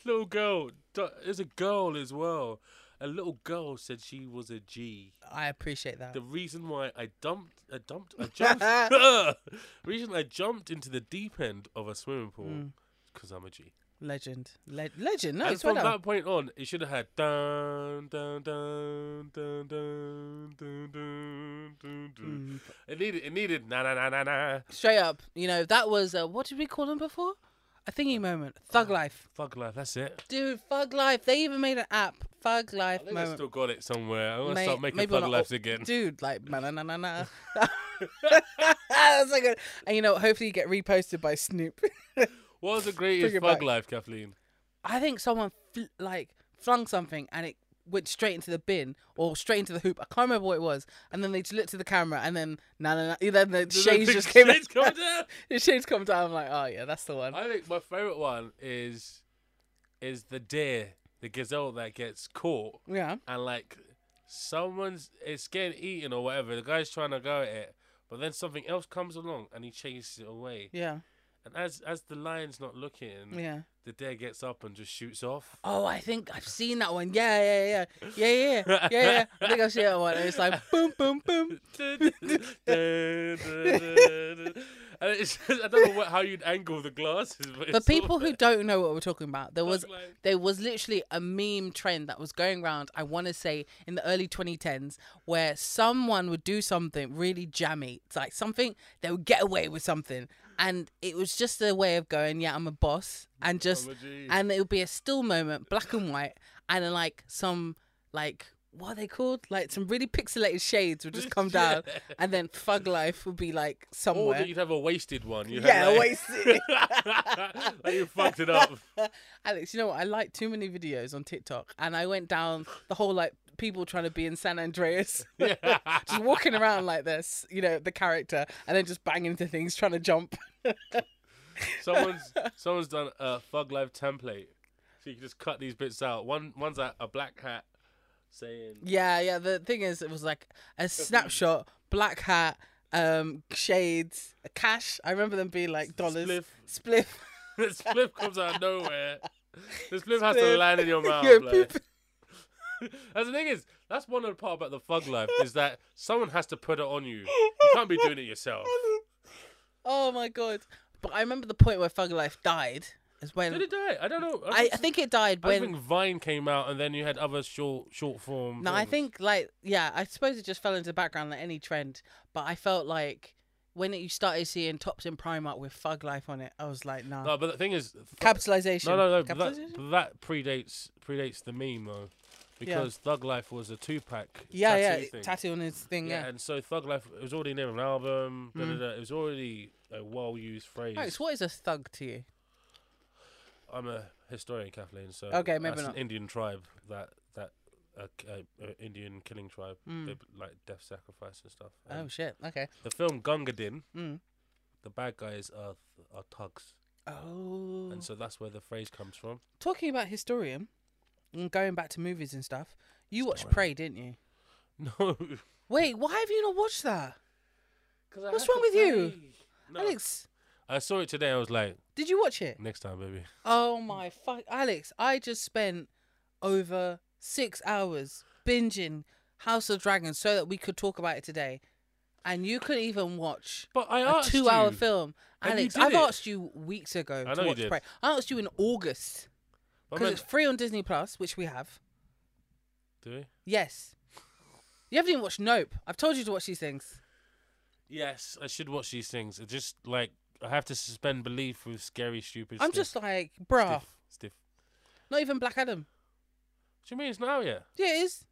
S1: little girl. Du- It's a girl as well. A little girl said she was a G.
S2: I appreciate that.
S1: The reason why I dumped, I dumped,
S2: (laughs)
S1: I jumped. (laughs) the reason I jumped into the deep end of a swimming pool because I'm a G.
S2: Legend, Le- legend. Hmm. No,
S1: and
S2: it's
S1: from
S2: well done.
S1: that point on, it should have had dun dun dun dun dun dun dun dun. dun.
S2: Hmm.
S1: It needed it needed na na na na na
S2: Straight up, you know that was uh, what did we call him before? A thingy moment.
S1: Uh,
S2: Thug life,
S1: Fuck life, that's it.
S2: dude. Thug life. They even made an app. Thug life
S1: I think I
S2: moment.
S1: still got it somewhere. I want to
S2: Mate,
S1: start making
S2: (laughs) maybe we're
S1: Thug (laughs)
S2: not-
S1: Lives again.
S2: dude like na na na na na That's so good. And you know, hopefully you get reposted by Snoop. (laughs)
S1: What was the
S2: Bring
S1: greatest
S2: it
S1: bug
S2: back.
S1: life, Kathleen? (laughs)
S2: I think someone fl- like flung something and it went straight into the bin or straight into the hoop. I can't remember what it was. And then they just looked to the camera and then no, no, no.
S1: (laughs)
S2: Then the shades just came.
S1: Shades come
S2: out.
S1: down.
S2: (laughs) the shades come down. I'm like, oh yeah, that's the one.
S1: I think my favorite one is is the deer, the gazelle that gets caught
S2: yeah.
S1: and like someone's it's getting eaten or whatever. The guy's trying to go at it, but then something else comes along and he chases it away.
S2: Yeah.
S1: And as as the lion's not looking,
S2: Yeah.
S1: the deer gets up and just shoots off.
S2: Oh, I think I've seen that one. Yeah, yeah, yeah, yeah, yeah, yeah, yeah. yeah. I think I've seen that one. And it's like boom, boom, boom.
S1: and it's just, I don't know what, how you'd angle the glasses, but (laughs)
S2: For
S1: it's all
S2: people who
S1: (laughs)
S2: don't know what we're talking about, there was
S1: Bug life.
S2: there was literally a meme trend that was going around. I want to say in the early 2010s, where someone would do something really jammy, it's like something they would get away with something, and it was just a way of going, yeah, I'm a boss, and just
S1: I'm a G.
S2: and it would be a still moment, black and white, and then like some like what are they called? Like some really pixelated shades would just come down,
S1: (laughs)
S2: and then Thug Life would be like
S1: Or
S2: somewhere.
S1: that you'd have a wasted one. You
S2: yeah,
S1: had (laughs) like,
S2: wasted.
S1: like you fucked it up. (laughs)
S2: Alex, you know what? I like too many videos on TikTok, and I went down the whole like people trying to be in San Andreas, (laughs) just walking around like this, you know, the character, and then just banging into things, trying to jump. (laughs)
S1: Someone's someone's done a Thug Life template, so you can just cut these bits out. One one's a, a black hat saying (laughs)
S2: Yeah, yeah. The thing is, it was like a snapshot, black hat, um, shades, cash. I remember them being like dollars,
S1: Spliff.
S2: (laughs) spliff.
S1: the spliff comes out of nowhere. The spliff has to
S2: Spliff.
S1: land in your mouth.
S2: (laughs) Yeah,
S1: like.
S2: poop.
S1: That's the thing is, that's one of the part about the Thug Life is that someone has to put it on you. You can't be doing it
S2: (laughs)
S1: yourself.
S2: Oh my god! But I remember the point where Thug Life died is when
S1: Did it die? I don't know.
S2: I, I think it died
S1: I
S2: when.
S1: think Vine came out, and then you had other short short form.
S2: No, I
S1: films.
S2: think like yeah, I suppose it just fell into the background like any trend. But I felt like when it, you started seeing tops in Primark with Thug Life on it, I was like, nah.
S1: No, but the thing is, Thug-
S2: Capitalization.
S1: no, no, no. But that, but
S2: Capitalization.
S1: that predates predates the meme though, because Thug Life was a two pack.
S2: yeah, yeah,
S1: tattoo thing.
S2: tattoo on his thing.
S1: Yeah,
S2: Yeah. Mm.
S1: and so Thug Life it was already named an album. Da, da, da, it was already a well used phrase.
S2: Alex, Oh, what is a thug to you?
S1: I'm a historian, Kathleen. So
S2: Okay, maybe
S1: that's
S2: not.
S1: an Indian tribe that that uh, k- uh, uh, Indian killing tribe, they, b- like death sacrifice and stuff.
S2: Hmm. Oh
S1: And
S2: shit. Okay.
S1: The film Gunga Din,
S2: Mm.
S1: the bad guys are th- are thugs,
S2: Oh.
S1: and so that's where the phrase comes from. (laughs)
S2: Talking about historian and going back to movies and stuff, you watched
S1: Historian.
S2: Prey, didn't you?
S1: No,
S2: Wait, why have you not watched that, What's wrong with you?
S1: No.
S2: Alex?
S1: I saw it today. I was like,
S2: Did you watch it?
S1: next time, baby.
S2: Oh my fuck, Alex! I just spent over six hours binging House of Dragons so that we could talk about it today, and you couldn't even watch
S1: But I
S2: a
S1: asked
S2: two-hour
S1: you.
S2: film.
S1: And you
S2: Alex,
S1: did
S2: I've
S1: it.
S2: asked you weeks ago
S1: I
S2: to
S1: know you
S2: watch
S1: did.
S2: Prey. I asked you in August
S1: I
S2: because
S1: meant-
S2: it's free on Disney Plus, which we have.
S1: do we?
S2: Yes, you haven't even watched Nope. I've told you to watch these things.
S1: Yes, I should watch these things. It just like I have to suspend belief with scary, stupid.
S2: I'm
S1: stiff,
S2: just ah. like, bruh,
S1: stiff, stiff.
S2: not even Black Adam.
S1: What do you mean it's not out yet?
S2: Yeah, it is.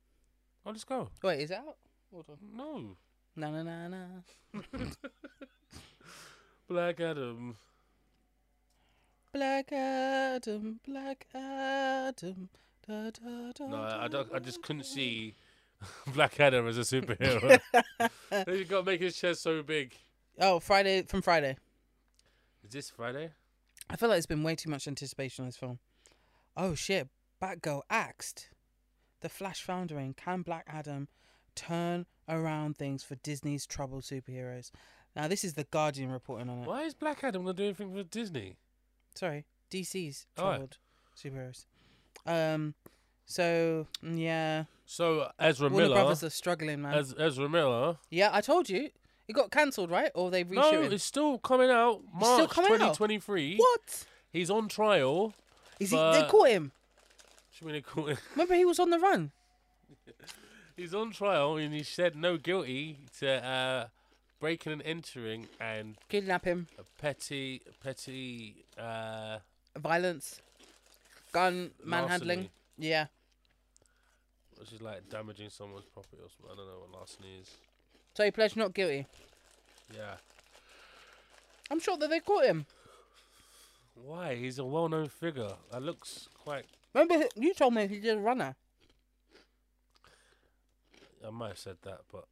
S1: I'll just go.
S2: Wait, is it out? Hold on.
S1: No.
S2: No, no, no, no.
S1: Black Adam.
S2: Black Adam, Black Adam. Da, da, da,
S1: No, I, I,
S2: da,
S1: don't, I
S2: da,
S1: just
S2: da.
S1: couldn't see (laughs) Black Adam as a
S2: (laughs)
S1: superhero. He's got to make his chest so big.
S2: Oh, Friday from Friday.
S1: Is this Friday?
S2: I feel like there's been way too much anticipation on this film. Oh shit! Batgirl axed. The Flash foundering. Can Black Adam turn around things for Disney's troubled superheroes? Now this is the Guardian reporting on it.
S1: Why is Black Adam going to do anything for Disney?
S2: Sorry, DC's
S1: Oh, yeah.
S2: troubled superheroes. Um, so yeah,
S1: So Ezra
S2: Warner
S1: Miller,
S2: Brothers are struggling, man.
S1: Ez, Ezra Miller.
S2: Yeah, I told you. It got cancelled, right? Or they reshoot
S1: No,
S2: it.
S1: it's still coming out
S2: still
S1: March
S2: coming out?
S1: 2023.
S2: What?
S1: He's on trial.
S2: Is he? They
S1: But-
S2: caught him.
S1: Should we call it? (laughs)
S2: Remember, he was on the run.
S1: He's on trial and he said no guilty to uh, breaking and entering and
S2: Kidnap him.
S1: petty petty uh,
S2: Violence. Gun manhandling.
S1: larceny,
S2: Yeah.
S1: which is like damaging someone's property or something. I don't know what larceny is.
S2: So he pledged not guilty.
S1: Yeah.
S2: I'm sure that they caught him.
S1: Why? He's a well known figure. That looks quite.
S2: Remember, you told me he did a runner.
S1: I might have said that, but.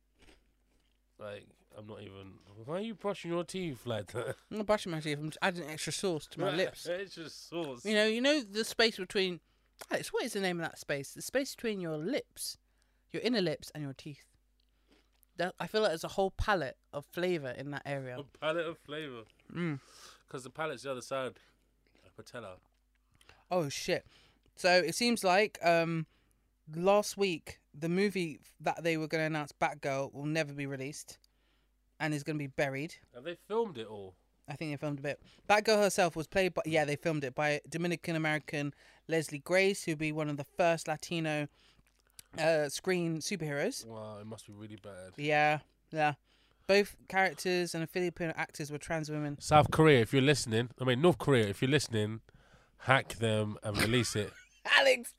S1: Like, I'm not even. Why are you brushing your teeth like that?
S2: I'm not brushing my teeth. I'm just adding extra sauce (laughs) to my lips.
S1: (laughs) it's just sauce.
S2: You know, you know the space between. Alex, what is the name of that space? The space between your lips, your inner lips, and your teeth. That, I feel like there's a whole palette of flavour in that area.
S1: A palette of flavour.
S2: Mm.
S1: Because the palette's the other side. of Patella.
S2: Oh shit! So it seems like um, last week the movie that they were going to announce, Batgirl, will never be released, and is going to be buried.
S1: Have they filmed it all?
S2: I think they filmed a bit. Batgirl herself was played by yeah, they filmed it by Dominican American Leslie Grace, who'd be one of the first Latino uh, screen superheroes.
S1: Wow, it must be really bad.
S2: Yeah, yeah. Both characters and the Filipino actors were trans women.
S1: South Korea, if you're listening, I mean North Korea, if you're listening, hack them and release
S2: (laughs)
S1: it.
S2: Alex,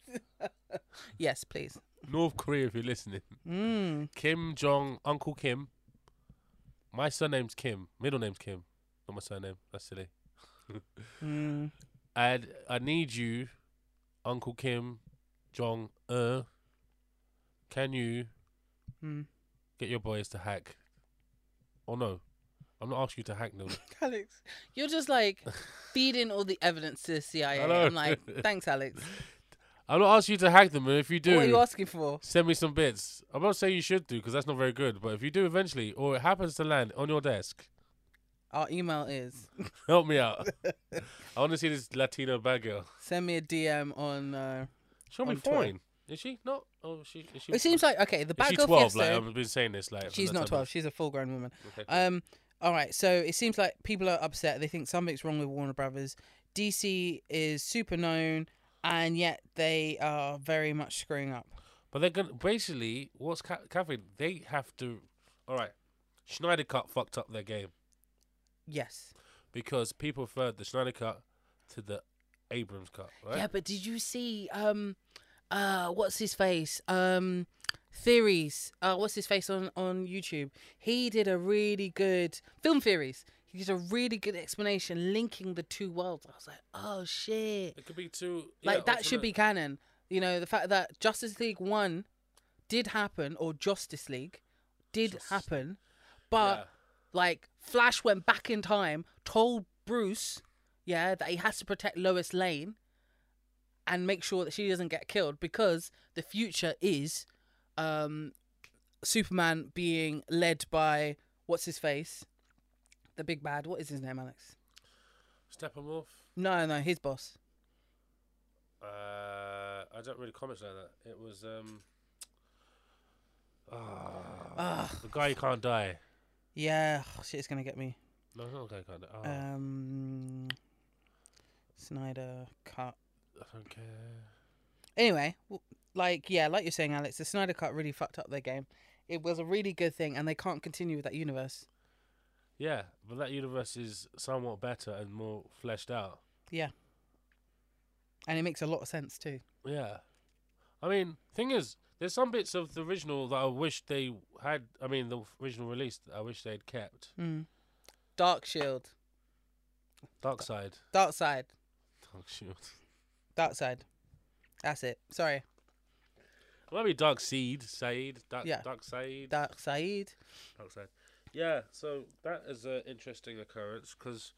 S2: yes, please.
S1: North Korea, if you're listening,
S2: Mm.
S1: Kim Jong Uncle Kim. My surname's Kim. Middle name's Kim. Not my surname. That's silly.
S2: Mm.
S1: And I need you, Uncle Kim Jong Un. Can you
S2: Mm.
S1: get your boys to hack? Or no, I'm not asking you to hack them.
S2: Alex, you're just like feeding all the evidence to the CIA.
S1: I know.
S2: I'm like,
S1: (laughs)
S2: thanks, Alex.
S1: I'm not asking you to hack them. And if you do,
S2: What are you asking for?
S1: send me some bits. I'm not saying you should do because that's not very good. But if you do eventually, or it happens to land on your desk, (laughs)
S2: Our email is
S1: help me
S2: (laughs)
S1: out. I want to see this Latino bad girl.
S2: send me a DM on. Uh...
S1: She'll be
S2: On Twitter.
S1: fine. Is she not? Oh, is she. Is she,
S2: It seems like okay. The
S1: is she
S2: Batgirl
S1: 12?
S2: Fiesta.
S1: Like I've been saying this. Like from
S2: she's
S1: the
S2: not
S1: time I-
S2: twelve. She's a full-grown woman.
S1: Okay, cool.
S2: Um, all right. So it seems like people are upset. They think something's wrong with Warner Brothers. DC is super known, and yet they are very much screwing up.
S1: But they're gonna basically what's ca- Catherine? They have to. All right, Schneider Cut fucked up their game
S2: Yes.
S1: because people preferred the Schneider Cut to the Abrams Cut, right?
S2: Yeah, but did you see um, uh, what's his face? Um, theories. Uh, what's his face on on YouTube? He did a really good film theories. He did a really good explanation linking the two worlds. I was like, oh shit.
S1: It could be too.
S2: Like
S1: yeah,
S2: that should be
S1: alternate-
S2: canon. You know, the fact that Justice League One did happen or Justice League did
S1: Justice-
S2: happen, but
S1: Yeah.
S2: like Flash went back in time, told Bruce, yeah, that he has to protect Lois Lane and make sure that she doesn't get killed because the future is um Superman being led by what's his face? The big bad. What is his name, Alex?
S1: Steppenwolf.
S2: No, no, his boss.
S1: Uh, I don't really comment like that. It was um. ah,
S2: Ugh.
S1: the guy who can't die.
S2: Yeah, shit is gonna get me.
S1: No, not the guy who can't die. Oh,
S2: Uh, Um, Snyder cut.
S1: I don't care.
S2: Anyway, w- like yeah, like you're saying, Alex, the Snyder cut really fucked up their game. It was a really good thing, and they can't continue with that universe.
S1: Yeah, but that universe is somewhat better and more fleshed out.
S2: And it makes a lot of sense too.
S1: Yeah. I mean, thing is, there's some bits of the original that I wish they had. I mean, the original release, that I wish they'd kept.
S2: Mm. Dark Shield,
S1: Dark Side. (laughs)
S2: Dark Side,
S1: Dark Shield.
S2: Dark Side. That's it. Sorry,
S1: It might be Dark Seed. Side. Dark,
S2: Yeah.
S1: Dark Side.
S2: Dark Side.
S1: Dark Side. Yeah, so that is an interesting occurrence because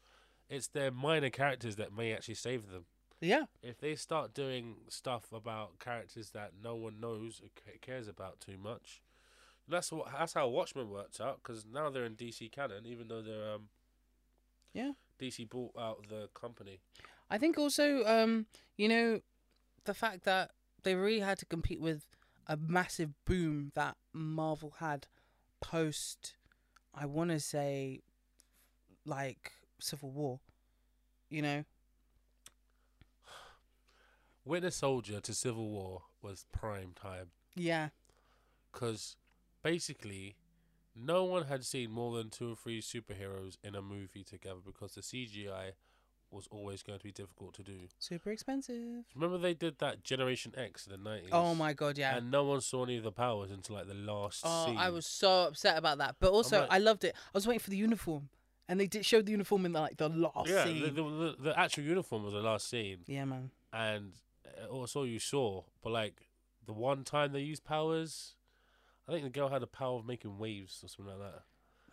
S1: it's their minor characters that may actually save them.
S2: Yeah,
S1: If they start doing stuff about characters that no one knows or ca- cares about too much, that's what that's how Watchmen worked out because now they're in DC canon, even though they're um
S2: Yeah.
S1: DC bought out the company.
S2: I think also, um, you know, the fact that they really had to compete with a massive boom that Marvel had post, I want to say, like Civil War. You know,
S1: Winter Soldier to Civil War was prime time
S2: yeah,
S1: because basically no one had seen more than two or three superheroes in a movie together because the CGI was always going to be difficult to do.
S2: Super expensive.
S1: Remember they did that Generation X in the nineties.
S2: Oh my god, yeah.
S1: And no one saw any of the powers until like the last
S2: Oh,
S1: scene.
S2: I was so upset about that. But also,
S1: like-
S2: I loved it. I was waiting for the uniform, and they did show the uniform in the, like the last
S1: yeah.
S2: scene.
S1: The, the, the, the actual uniform was the last scene,
S2: yeah, man.
S1: and uh, that's all you saw. But like the one time they used powers, I think the girl had the power of making waves or something like that.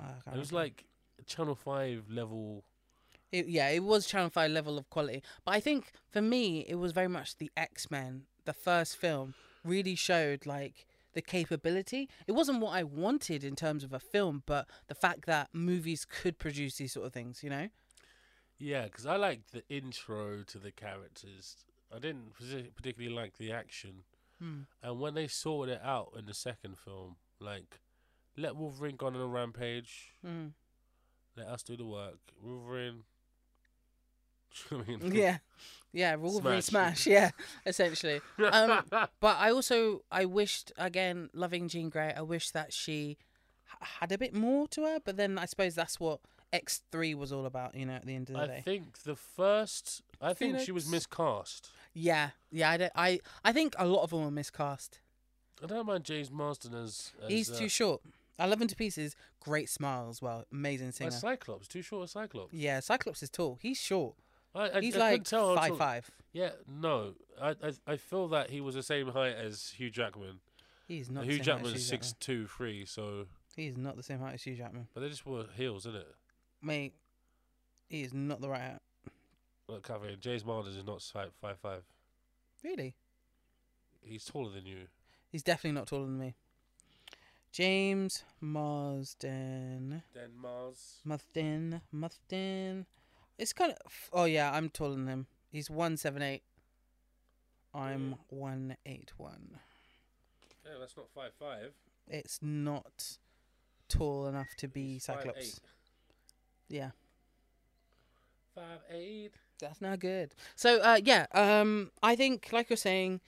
S2: Oh, I can't
S1: It was
S2: remember.
S1: like Channel Five level.
S2: It- yeah, it was Channel Five level of quality. But I think for me, it was very much the X Men. The first film really showed like the capability. It wasn't what I wanted in terms of a film, but the fact that movies could produce these sort of things. You know?
S1: Yeah, because I liked the intro to the characters. I didn't partic- particularly like the action,
S2: Hmm.
S1: and when they sorted it out in the second film, like let Wolverine go on a rampage.
S2: Mm.
S1: Let us do the work. Wolverine. (laughs) I mean, (laughs)
S2: yeah, yeah. Wolverine
S1: Smash.
S2: smash. Yeah, essentially.
S1: (laughs)
S2: Um, But I also I wished again, loving Jean Grey, I wish that she h- had a bit more to her. But then I suppose that's what X three was all about, you know. At the end of the
S1: I
S2: day,
S1: think the first. I think she was
S2: Phoenix.
S1: miscast.
S2: yeah, yeah. I, don't- I I think a lot of them were miscast.
S1: I don't mind James Marsden as, as
S2: He's
S1: uh,
S2: too short. I love him to pieces. Great smile as well. Amazing singer.
S1: as Cyclops. Too short a Cyclops.
S2: yeah, Cyclops is tall. He's short.
S1: I, I,
S2: He's
S1: I couldn't
S2: like
S1: tell how
S2: five
S1: tall-
S2: five.
S1: Yeah, no. I, I I feel that he was the same height as Hugh Jackman.
S2: He's not.
S1: Hugh
S2: the same height
S1: Jackman
S2: as
S1: is
S2: Hugh Jackman.
S1: six two three. So,
S2: He's not the same height as Hugh Jackman,
S1: but they just wore heels, isn't it?
S2: mate. He is not the right height.
S1: Look, Catherine, James Marsden is not five five five.
S2: Really.
S1: He's taller than you.
S2: He's definitely not taller than me. James Marsden.
S1: Then Mars.
S2: Marsden. Marsden. It's kind of. Oh, yeah, I'm taller than him. He's 178. I'm 181.
S1: Yeah, that's not five five.
S2: It's not tall enough to be Cyclops. Yeah.
S1: Five eight.
S2: That's not good. So uh, yeah, um, I think like you're saying,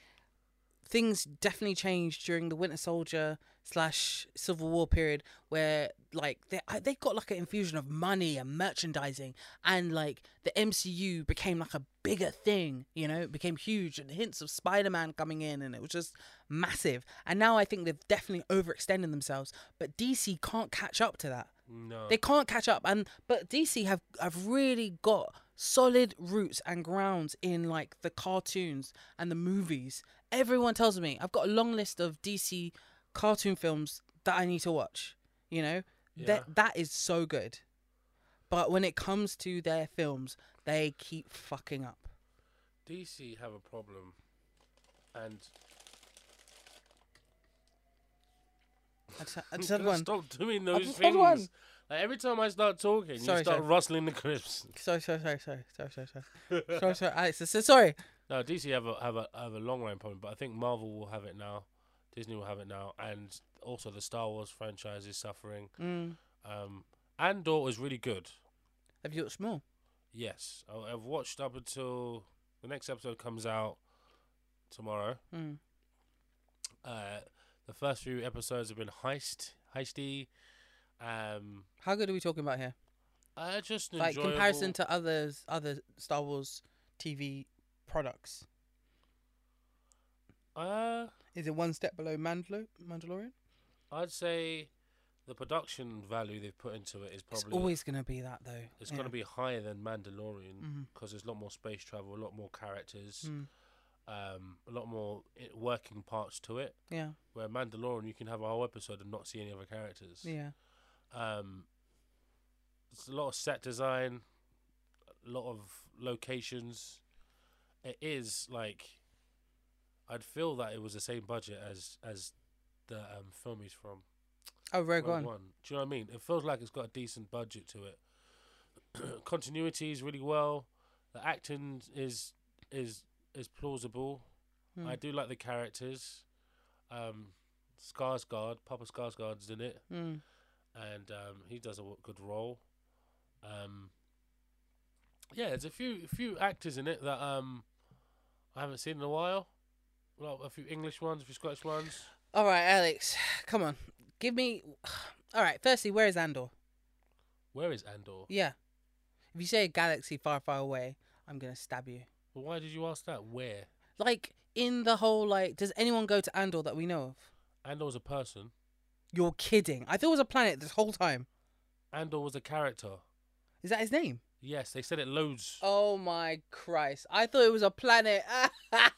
S2: things definitely changed during the Winter Soldier slash Civil War period, where like they I- they got like an infusion of money and merchandising, and like the MCU became like a bigger thing. You know, it became huge, and hints of Spider Man coming in, and it was just massive. And now I think they've definitely overextended themselves, but DC can't catch up to that.
S1: No.
S2: They can't catch up, and but DC have have really got solid roots and grounds in like the cartoons and the movies. Everyone tells me I've got a long list of DC cartoon films that I need to watch. You know
S1: Yeah.
S2: that that is so good, but when it comes to their films, they keep fucking up.
S1: DC have a problem, and
S2: I just, I just had
S1: Can I
S2: one.
S1: stop doing those
S2: just had
S1: things.
S2: one.
S1: Like, every time I start talking,
S2: Sorry,
S1: you start
S2: sorry.
S1: rustling the crisps.
S2: Sorry, sorry, sorry, sorry, sorry, sorry, sorry, sorry, sorry, Alex. I said sorry.
S1: (laughs) No, DC have a have a have a long line problem, but I think Marvel will have it now, Disney will have it now, and also the Star Wars franchise is suffering.
S2: Mm.
S1: Um, Andor is really good.
S2: Have you watched more?
S1: Yes, I, I've watched up until the next episode comes out tomorrow.
S2: Mm.
S1: Uh, the first few episodes have been heist, heisty. Um,
S2: How good are we talking about here?
S1: I just
S2: like
S1: enjoyable-
S2: comparison to others other Star Wars TV products.
S1: Uh,
S2: Is it one step below Mandalo- Mandalorian?
S1: I'd say the production value they've put into it is
S2: It's
S1: probably
S2: always going to be that though.
S1: it's going to be higher than Mandalorian
S2: Mhm.
S1: because there's a lot more space travel, a lot more characters,
S2: Mm.
S1: um, a lot more i- working parts to it.
S2: Yeah,
S1: Where Mandalorian, you can have a whole episode and not see any other characters.
S2: yeah.
S1: Um, it's a lot of set design, a lot of locations. It is like I'd feel that it was the same budget as as the um, film he's from.
S2: Oh, Rogue,
S1: Rogue
S2: One.
S1: One. Do you know what I mean? It feels like it's got a decent budget to it. (clears throat) Continuity is really well. The acting is is is plausible.
S2: Mm.
S1: I do like the characters. Um, Skarsgård, Papa Skarsgård's in it,
S2: Mm.
S1: and um, he does a w- good role. Um, yeah, there's a few a few actors in it that um, I haven't seen in a while. Well, a few English ones, a few Scottish ones.
S2: All right, Alex, come on, (sighs) give me. All right, firstly, where is Andor?
S1: Where is Andor?
S2: Yeah, If you say a galaxy far, far away, I'm gonna stab you.
S1: Well, why did you ask that? Where?
S2: Like in the whole like, does anyone go to Andor that we know of?
S1: Andor was a person.
S2: You're kidding. I thought it was a planet this whole time.
S1: Andor was a character.
S2: Is that his name?
S1: Yes, they said it loads.
S2: Oh my Christ! I thought it was a planet. (laughs)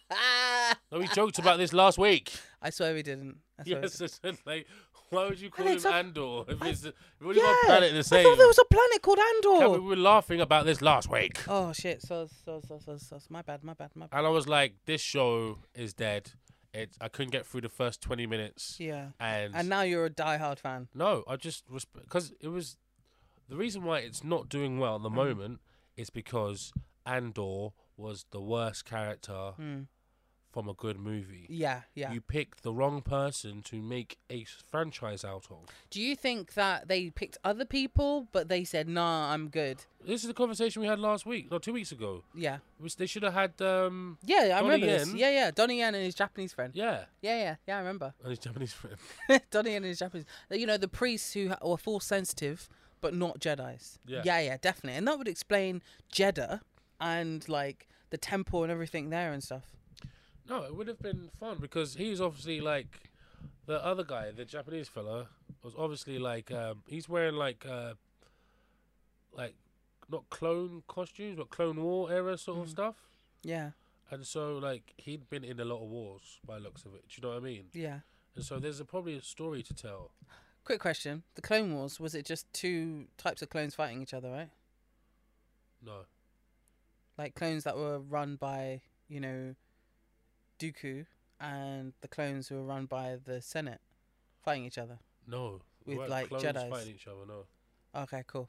S1: No, we joked about this last
S2: (laughs)
S1: week.
S2: I swear we didn't. I swear we
S1: Yes, I said, like, why would you call
S2: Alex,
S1: him
S2: I-
S1: Andor if
S2: I-
S1: it's if we've already got planet the
S2: I
S1: same?
S2: thought there was a planet called
S1: Yeah,
S2: Andor.
S1: we were laughing about this last week,
S2: Oh shit! So so so so so. My bad. My bad. My bad.
S1: and I was like, "This show is dead." It. I couldn't get through the first twenty minutes,
S2: Yeah.
S1: and,
S2: And now you're a diehard fan.
S1: no, I just because it was the reason why it's not doing well at the
S2: Mm.
S1: moment is because Andor was the worst character
S2: Mm.
S1: from a good movie.
S2: Yeah. Yeah.
S1: You picked the wrong person to make a s- franchise out of.
S2: Do you think that they picked other people, but they said, "Nah, I'm good."
S1: This is the conversation we had last week, no, two weeks ago.
S2: Yeah.
S1: Which they should have had, um,
S2: Yeah, I
S1: Donnie
S2: remember this.
S1: Yen?
S2: Yeah, yeah. Donnie Yen and his Japanese friend.
S1: yeah,
S2: Yeah, yeah, yeah. I remember
S1: and his Japanese (laughs) friend.
S2: (laughs) Donnie Yen and his Japanese. You know, the priests who ha- were force sensitive, but not Jedi's.
S1: Yeah.
S2: yeah, yeah, definitely. And that would explain Jeddah and like the temple and everything there and stuff.
S1: No, it would have been fun because he's obviously like the other guy, the Japanese fella, was obviously like um, he's wearing like uh, like not clone costumes but Clone War era sort
S2: Mm.
S1: of stuff,
S2: Yeah,
S1: and so like he'd been in a lot of wars by the looks of it. Do you know what I mean?
S2: yeah.
S1: And so there's a, probably a story to tell.
S2: Quick question: The Clone Wars was it just two types of clones fighting each other, right?
S1: No,
S2: Like clones that were run by you know Dooku, and the clones who were run by the Senate fighting each other.
S1: no, They
S2: With,
S1: weren't
S2: like,
S1: clones
S2: Jedis.
S1: fighting each other. No,
S2: Okay, cool.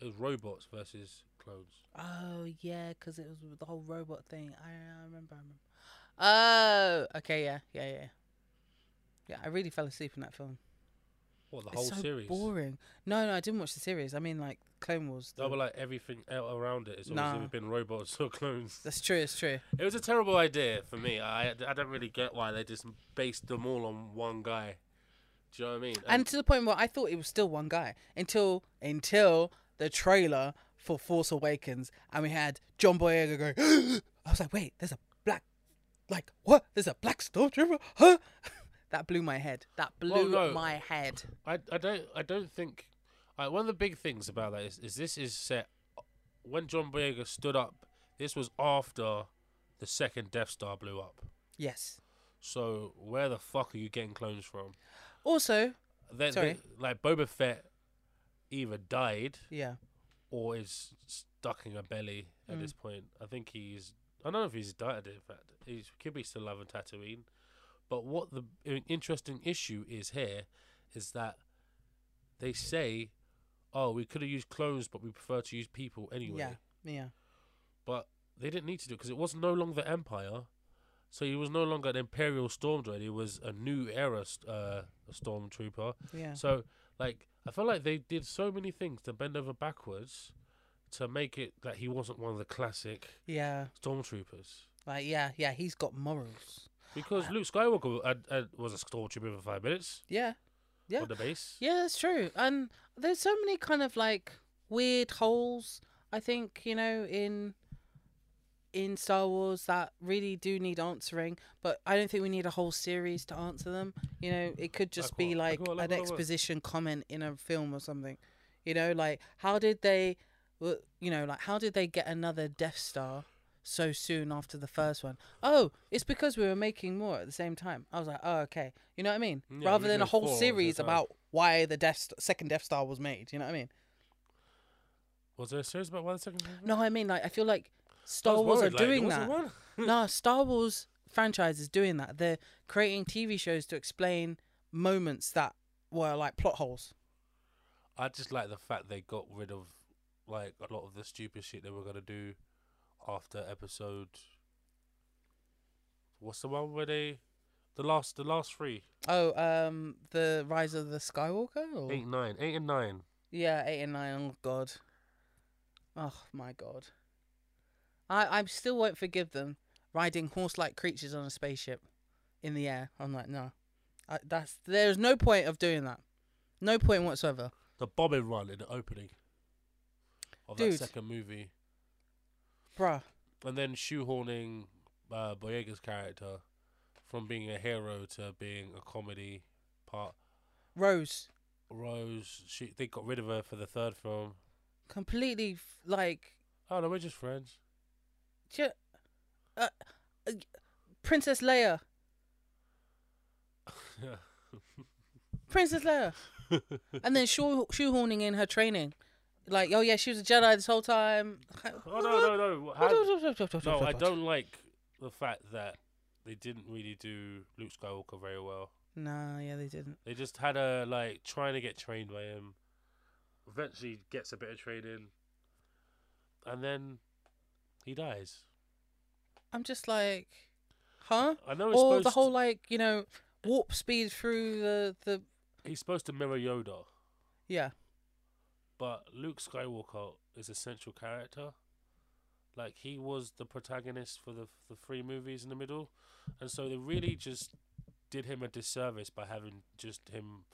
S1: it was robots versus clones.
S2: Oh yeah, 'cause it was with the whole robot thing. I, I remember. I remember. Oh, okay, yeah, yeah, yeah, yeah. I really fell asleep in that film.
S1: What the
S2: it's
S1: whole
S2: so
S1: series?
S2: boring. No, no, I didn't watch the series. I mean, like Clone Wars.
S1: No,
S2: the-
S1: but like everything el- around it, it's always
S2: Nah.
S1: either been robots or (laughs) clones.
S2: That's true. It's true.
S1: It was a terrible idea for me. I I don't really get why they just based them all on one guy. Do you know what I mean?
S2: And to the point where I thought it was still one guy until until the trailer for Force Awakens, and we had John Boyega going. (gasps) I was like, wait, there's a black, like what? There's a black stormtrooper? Huh? (laughs) that blew my head. That blew
S1: no.
S2: my head.
S1: I I don't I don't think I, one of the big things about that is, is this is set when John Boyega stood up. This was after the second Death Star blew up.
S2: Yes.
S1: So where the fuck are you getting clones from?
S2: Also,
S1: They, they-
S2: Sorry.
S1: like Boba Fett either died
S2: yeah,
S1: or is stuck in a belly at this point. I think he's. I don't know if he's died. In fact, he could be still alive in Tatooine. But what the i- interesting issue is here is that they say, "Oh, we could have used clones, but we prefer to use people anyway."
S2: yeah, yeah,
S1: But they didn't need to do because it was no longer Empire, so he was no longer an Imperial stormtrooper. He was a new era st- uh, stormtrooper.
S2: yeah.
S1: So, like, I felt like they did so many things to bend over backwards to make it that he wasn't one of the classic
S2: Yeah,
S1: stormtroopers.
S2: like yeah, yeah. He's got morals.
S1: Because Luke Skywalker had, had, was a stormtrooper for five minutes
S2: Yeah, Yeah.
S1: on the base.
S2: yeah, that's true. And there's so many kind of like weird holes. I think you know in in Star Wars that really do need answering, but I don't think we need a whole series to answer them. You know, it could just
S1: Like
S2: be
S1: what?
S2: like
S1: Like what? Like what?
S2: an
S1: Like what?
S2: exposition comment in a film or something. You know, like how did they, w- you know, like how did they get another Death Star so soon after the first one? Oh, it's because we were making more at the same time. I was like, oh, okay. You know what I mean?
S1: Yeah,
S2: Rather
S1: we
S2: than a
S1: did
S2: whole
S1: four at the same
S2: series
S1: time.
S2: about why the Death St- second Death Star was made. You know what I mean?
S1: Was there a series about why the second? one?
S2: No, I mean like I feel like
S1: I
S2: Star
S1: Oh, was
S2: Wars
S1: worried,
S2: are
S1: like,
S2: doing
S1: there
S2: that. (laughs)
S1: wasn't one.
S2: no, Star Wars franchise is doing that. They're creating TV shows to explain moments that were like plot holes.
S1: (laughs) I just like the fact they got rid of like a lot of the stupid shit they were gonna do after episode. What's the one where they, the last, the last three,
S2: Oh, um, the Rise of the Skywalker. Or?
S1: eight, nine, eight and nine.
S2: Yeah, eight and nine. Oh God. Oh my God. I I still won't forgive them riding horse-like creatures on a spaceship in the air. I'm like, no, I, that's there's no point of doing that. No point whatsoever.
S1: the bombing run in the opening. of
S2: Dude.
S1: that second movie,
S2: Bruh.
S1: and then shoehorning uh, Boyega's character from being a hero to being a comedy part.
S2: Rose.
S1: Rose, she they got rid of her for the third film.
S2: Completely, f- like,
S1: Oh no, we're just friends.
S2: ju- uh, uh, Princess Leia. Princess Leia.
S1: Oh,
S2: and then shoe- shoehorning in her training. Like, oh yeah, she was a Jedi this whole time.
S1: Oh no, no, no. How- no, I don't like the fact that they didn't really do Luke Skywalker very well.
S2: No, yeah, they didn't.
S1: They just had a like trying to get trained by him. Eventually gets a bit of training, and then he dies.
S2: I'm just like, huh?
S1: I know it's
S2: Or
S1: supposed
S2: the whole like, you know, warp speed through the the
S1: to, he's supposed to mirror Yoda,
S2: yeah.
S1: but Luke Skywalker is a central character. Like he was the protagonist for the the three movies in the middle, and so they really just did him a disservice by having just him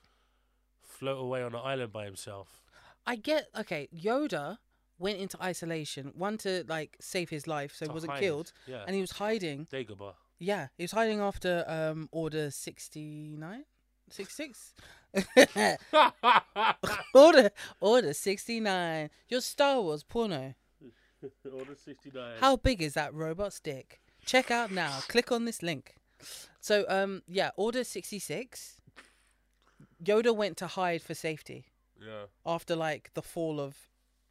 S1: float away on an island by himself.
S2: I get okay. Yoda went into isolation, one to like save his life, so he
S1: to
S2: wasn't
S1: hide.
S2: killed,
S1: Yeah,
S2: and he was hiding.
S1: Dagobah.
S2: Yeah, he was hiding after um Order sixty nine. 66 order order 69 your star wars porno
S1: Order sixty nine.
S2: How big is that robot's dick? Check out now. Click on this link. So, um, yeah, Order 66. Yoda went to hide for safety
S1: Yeah.
S2: after like the fall of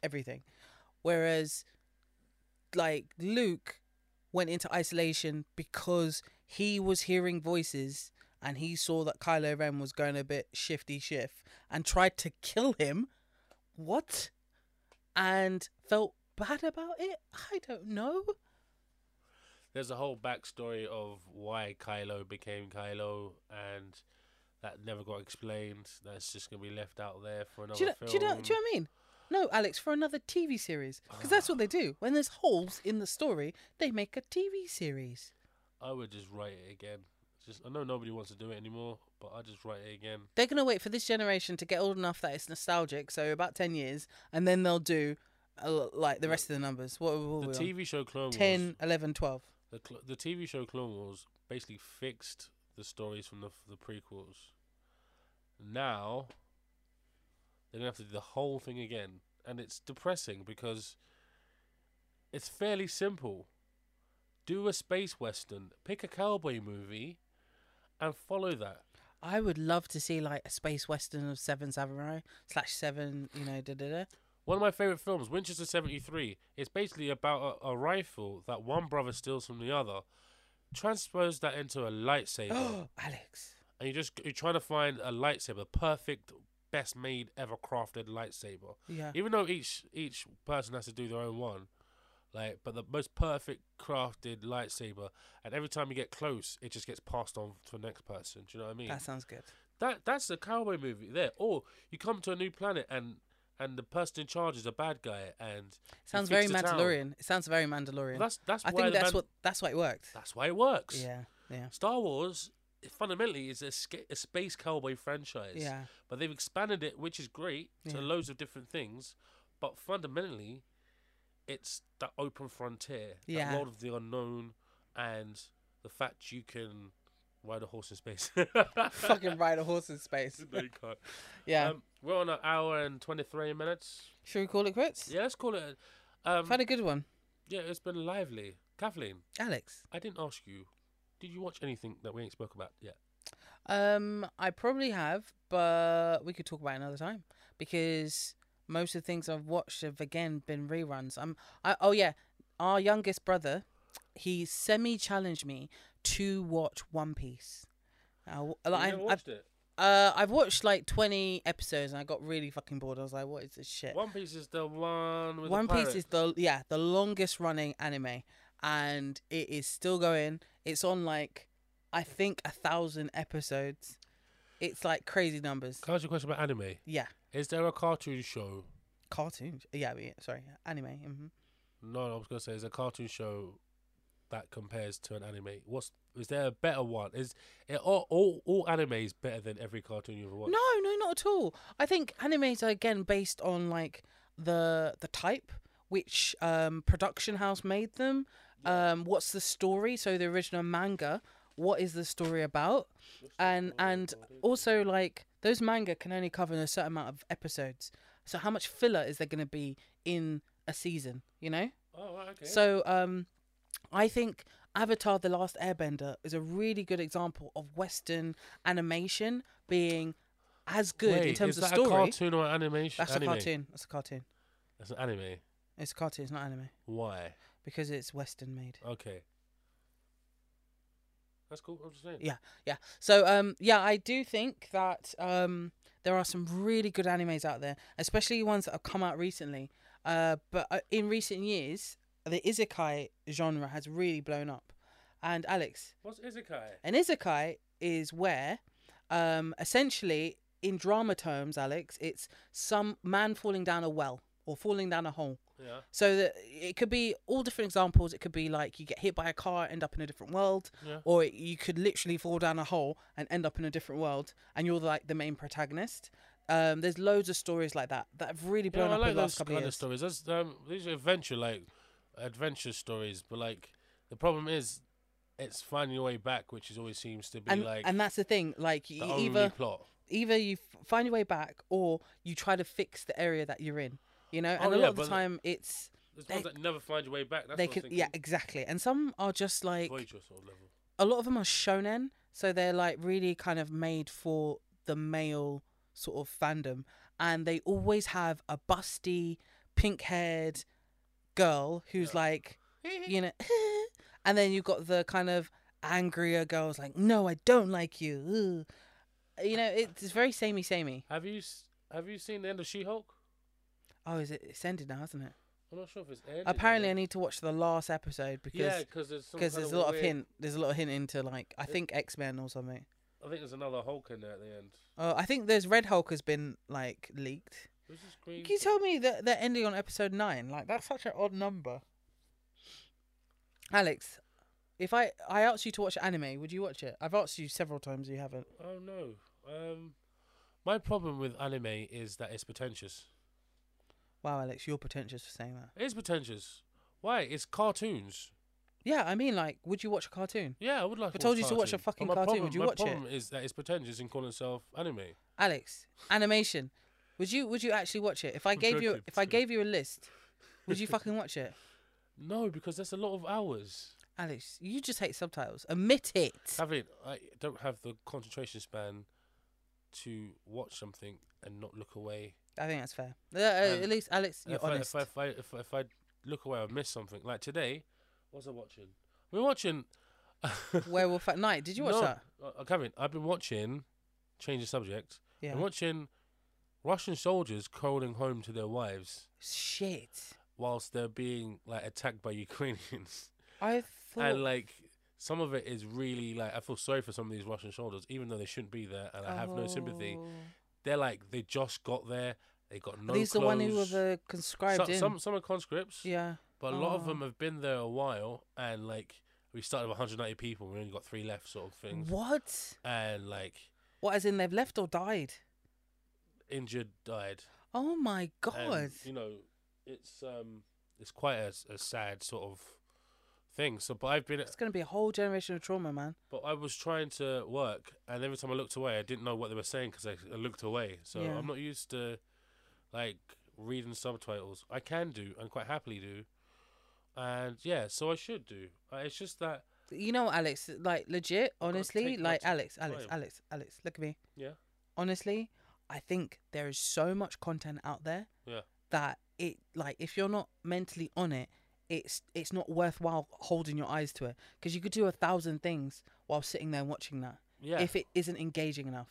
S2: everything. Whereas, like, Luke went into isolation because he was hearing voices and he saw that Kylo Ren was going a bit shifty shift and tried to kill him. What? And felt bad about it? I don't know.
S1: There's a whole backstory of why Kylo became Kylo, and that never got explained. That's just gonna be left out there for another
S2: Do you, know,
S1: film.
S2: do you know? Do you know what I mean? No, Alex, for another TV series, because that's what they do. When there's holes in the story, they make a TV series.
S1: I would just write it again. Just I know nobody wants to do it anymore, but I just write it again.
S2: They're gonna wait for this generation to get old enough that it's nostalgic, so about ten years, and then they'll do uh, like the rest of the numbers. What, what
S1: The
S2: were we on?
S1: TV show Clone
S2: 10,
S1: Wars,
S2: 11, 12.
S1: the, cl- the TV show Clone Wars basically fixed the stories from the the prequels. Now they're gonna have to do the whole thing again, and it's depressing because it's fairly simple. Do a space western, pick a cowboy movie, and follow that.
S2: I would love to see like a space western of Seven Samurai slash Seven, you know, da da da.
S1: One of my favorite films, Winchester 73, is basically about a, a rifle that one brother steals from the other, transpose that into a lightsaber,
S2: (gasps)
S1: (gasps)
S2: Oh, Alex,
S1: and you just you're trying to find a lightsaber, the perfect, best made ever crafted lightsaber.
S2: yeah,
S1: Even though each each person has to do their own one, like but the most perfect crafted lightsaber, and every time you get close, it just gets passed on to the next person. Do you know what I mean?
S2: that sounds good.
S1: That that's a cowboy movie there. Or you come to a new planet and and the person in charge is a bad guy and he
S2: Sounds very
S1: fixed the town.
S2: Mandalorian. It sounds very Mandalorian.
S1: That's that's
S2: I
S1: why
S2: think
S1: the
S2: that's
S1: Man-
S2: what that's why it worked.
S1: that's why it works.
S2: Yeah, yeah,
S1: Star Wars it fundamentally is a, sca- a space cowboy franchise.
S2: yeah.
S1: But they've expanded it, which is great, to
S2: Yeah.
S1: loads of different things. But fundamentally, it's that open frontier,
S2: Yeah.
S1: that world of the unknown, and the fact you can ride a horse in space.
S2: (laughs)
S1: (laughs)
S2: Fucking ride a horse in space.
S1: No, you can't.
S2: Yeah.
S1: Um, we're on an hour and 23 minutes.
S2: Should we call it quits?
S1: Yeah, let's call it. a- Um,
S2: I've had a good one.
S1: yeah, it's been lively. Kathleen,
S2: Alex.
S1: I didn't ask you. Did you watch anything that we ain't spoke about yet?
S2: Um, I probably have, but we could talk about it another time because most of the things I've watched have again been reruns. I'm I oh yeah. Our youngest brother, he semi challenged me to watch One Piece. Now, like,
S1: You
S2: I've,
S1: never
S2: I've,
S1: watched it.
S2: uh, I've watched like 20 episodes and I got really fucking bored. I was like, what is this shit?
S1: One Piece is the one with
S2: One
S1: the
S2: Piece
S1: pirate.
S2: is the yeah the longest running anime, and it is still going. It's on like I think a thousand episodes. It's like crazy numbers.
S1: Can I ask you a question about anime?
S2: Yeah,
S1: Is there a cartoon show?
S2: cartoons. Yeah, yeah sorry, anime. hmm
S1: No, I was gonna say, is there a cartoon show that compares to an anime? What's is there a better one? Is it all all, all anime is better than every cartoon you ever watched?
S2: No, no, not at all. I think animes are again based on like the the type, which um, production house made them, um, what's the story? So the original manga, what is the story about? And and also like those manga can only cover a certain amount of episodes. So how much filler is there going to be in a season? You know.
S1: Oh, right, okay.
S2: So um, I think Avatar: The Last Airbender is a really good example of Western animation being as good
S1: Wait,
S2: in terms
S1: is
S2: of
S1: that
S2: story.
S1: a cartoon or animation?
S2: That's
S1: anime?
S2: a cartoon. That's a cartoon.
S1: That's an anime.
S2: It's a cartoon. It's not anime
S1: Why?
S2: because it's Western made.
S1: Okay. That's cool. I'm just saying.
S2: Yeah. Yeah. So um, yeah, I do think that um, there are some really good animes out there, especially ones that have come out recently. Uh, but uh, in recent years, the isekai genre has really blown up. And Alex,
S1: What's isekai?
S2: An isekai is where, um, essentially, in drama terms, Alex, it's some man falling down a well or falling down a hole.
S1: Yeah.
S2: So that it could be all different examples. It could be like you get hit by a car, end up in a different world,
S1: Yeah.
S2: or you could literally fall down a hole and end up in a different world, and you're like the main protagonist. Um, there's loads of stories like that that have really blown
S1: yeah, I
S2: up
S1: like
S2: in the last
S1: those
S2: couple of
S1: kind of
S2: years.
S1: stories. That's, um, these are adventure, like adventure stories. But like the problem is, it's finding your way back, which is always seems to be
S2: and
S1: like
S2: and that's the thing, like
S1: the
S2: you
S1: only
S2: either
S1: plot.
S2: either you f- find your way back or you try to fix the area that you're in you know and
S1: Oh,
S2: a
S1: yeah,
S2: lot of the
S1: but-
S2: time it's
S1: There's
S2: they-
S1: ones that never find your way back. That's
S2: they
S1: what I
S2: can
S1: was
S2: yeah
S1: thinking.
S2: exactly and some are just like
S1: Voyager sort of level.
S2: a lot of them are shonen so they're like really kind of made for the male sort of fandom and they always have a busty pink haired girl who's
S1: Yeah.
S2: like you know (laughs) and then you've got the kind of angrier girls like no i don't like you Ugh." you know it's very samey samey
S1: Have you s- have you seen the end of She-Hulk?
S2: oh is it it's ended now isn't it
S1: I'm not sure if it's ended.
S2: Apparently, I need to watch the last episode
S1: yeah,
S2: because
S1: because there's some
S2: because
S1: kind
S2: there's a lot of
S1: weird-
S2: hint. There's a lot of hint into like I think X Men or something.
S1: I think there's another Hulk in there at the end.
S2: Oh, I think there's Red Hulk has been like leaked.
S1: Who's this green?
S2: Can you tell me that they're ending on episode nine? Like that's such an odd number. Alex, if I I asked you to watch anime, would you watch it? I've asked you several times, you haven't.
S1: Oh no. Um, my problem with anime is that it's pretentious.
S2: Wow, Alex, you're pretentious for saying that.
S1: It is pretentious. Why? It's cartoons.
S2: Yeah, I mean, like, would you watch a cartoon?
S1: Yeah, I would like.
S2: If I told you to watch a
S1: But
S2: fucking
S1: my
S2: cartoon,
S1: problem-
S2: would you
S1: my
S2: watch it?
S1: problem is that it's pretentious and calling itself anime.
S2: Alex, animation. Would you would you actually watch it? If I gave you
S1: joking.
S2: if I gave you a list, would you fucking watch it?
S1: No, because that's a lot of hours.
S2: Alex, you just hate subtitles. Admit it.
S1: Having I don't have the concentration span to watch something and not look away.
S2: I think that's fair. Uh, uh,
S1: Um,
S2: at least, Alex,
S1: And
S2: you're
S1: if, I, if
S2: honest.
S1: I if I if I- if I look away, I miss something. Like today, what was I watching? We We're watching. (laughs)
S2: Werewolf at Night. Did you watch
S1: No,
S2: that?
S1: uh, Kevin, I've been watching. Change the subject.
S2: Yeah.
S1: I'm watching Russian soldiers crawling home to their wives
S2: Shit.
S1: whilst they're being like attacked by (laughs) Ukrainians,
S2: I thought.
S1: and like some of it is really like I feel sorry for some of these Russian soldiers, even though they shouldn't be there, and I have no sympathy.
S2: Oh.
S1: They're like they just got there, they got no.
S2: Are these the one who were
S1: clothes.
S2: the conscribed
S1: some,
S2: in?
S1: some some are conscripts,
S2: Yeah.
S1: but a lot of
S2: Oh.
S1: them have been there a while, and like we started with 190 people, we only got three left, sort of things,
S2: What?
S1: and like
S2: What? As in they've left or died?
S1: injured died.
S2: Oh my
S1: Um,
S2: god.
S1: and, you know, it's um, it's quite a, s- a sad sort of thing. So, but I've been,
S2: it's gonna be a whole generation of trauma, man.
S1: but I was trying to work, and every time I looked away, I didn't know what they were saying because I, I looked away. So
S2: Yeah.
S1: I'm not used to like reading subtitles. I can do and quite happily do, and yeah, so I should do. Uh, It's just that
S2: You know, what, Alex, like legit, honestly,
S1: take
S2: like
S1: lots of
S2: Alex, Alex,
S1: time.
S2: Alex, Alex, look at me.
S1: Yeah.
S2: Honestly, I think there is so much content out there.
S1: Yeah.
S2: That it like if you're not mentally on it, it's it's not worthwhile holding your eyes to it because you could do a thousand things while sitting there watching that
S1: yeah.
S2: if it isn't engaging enough.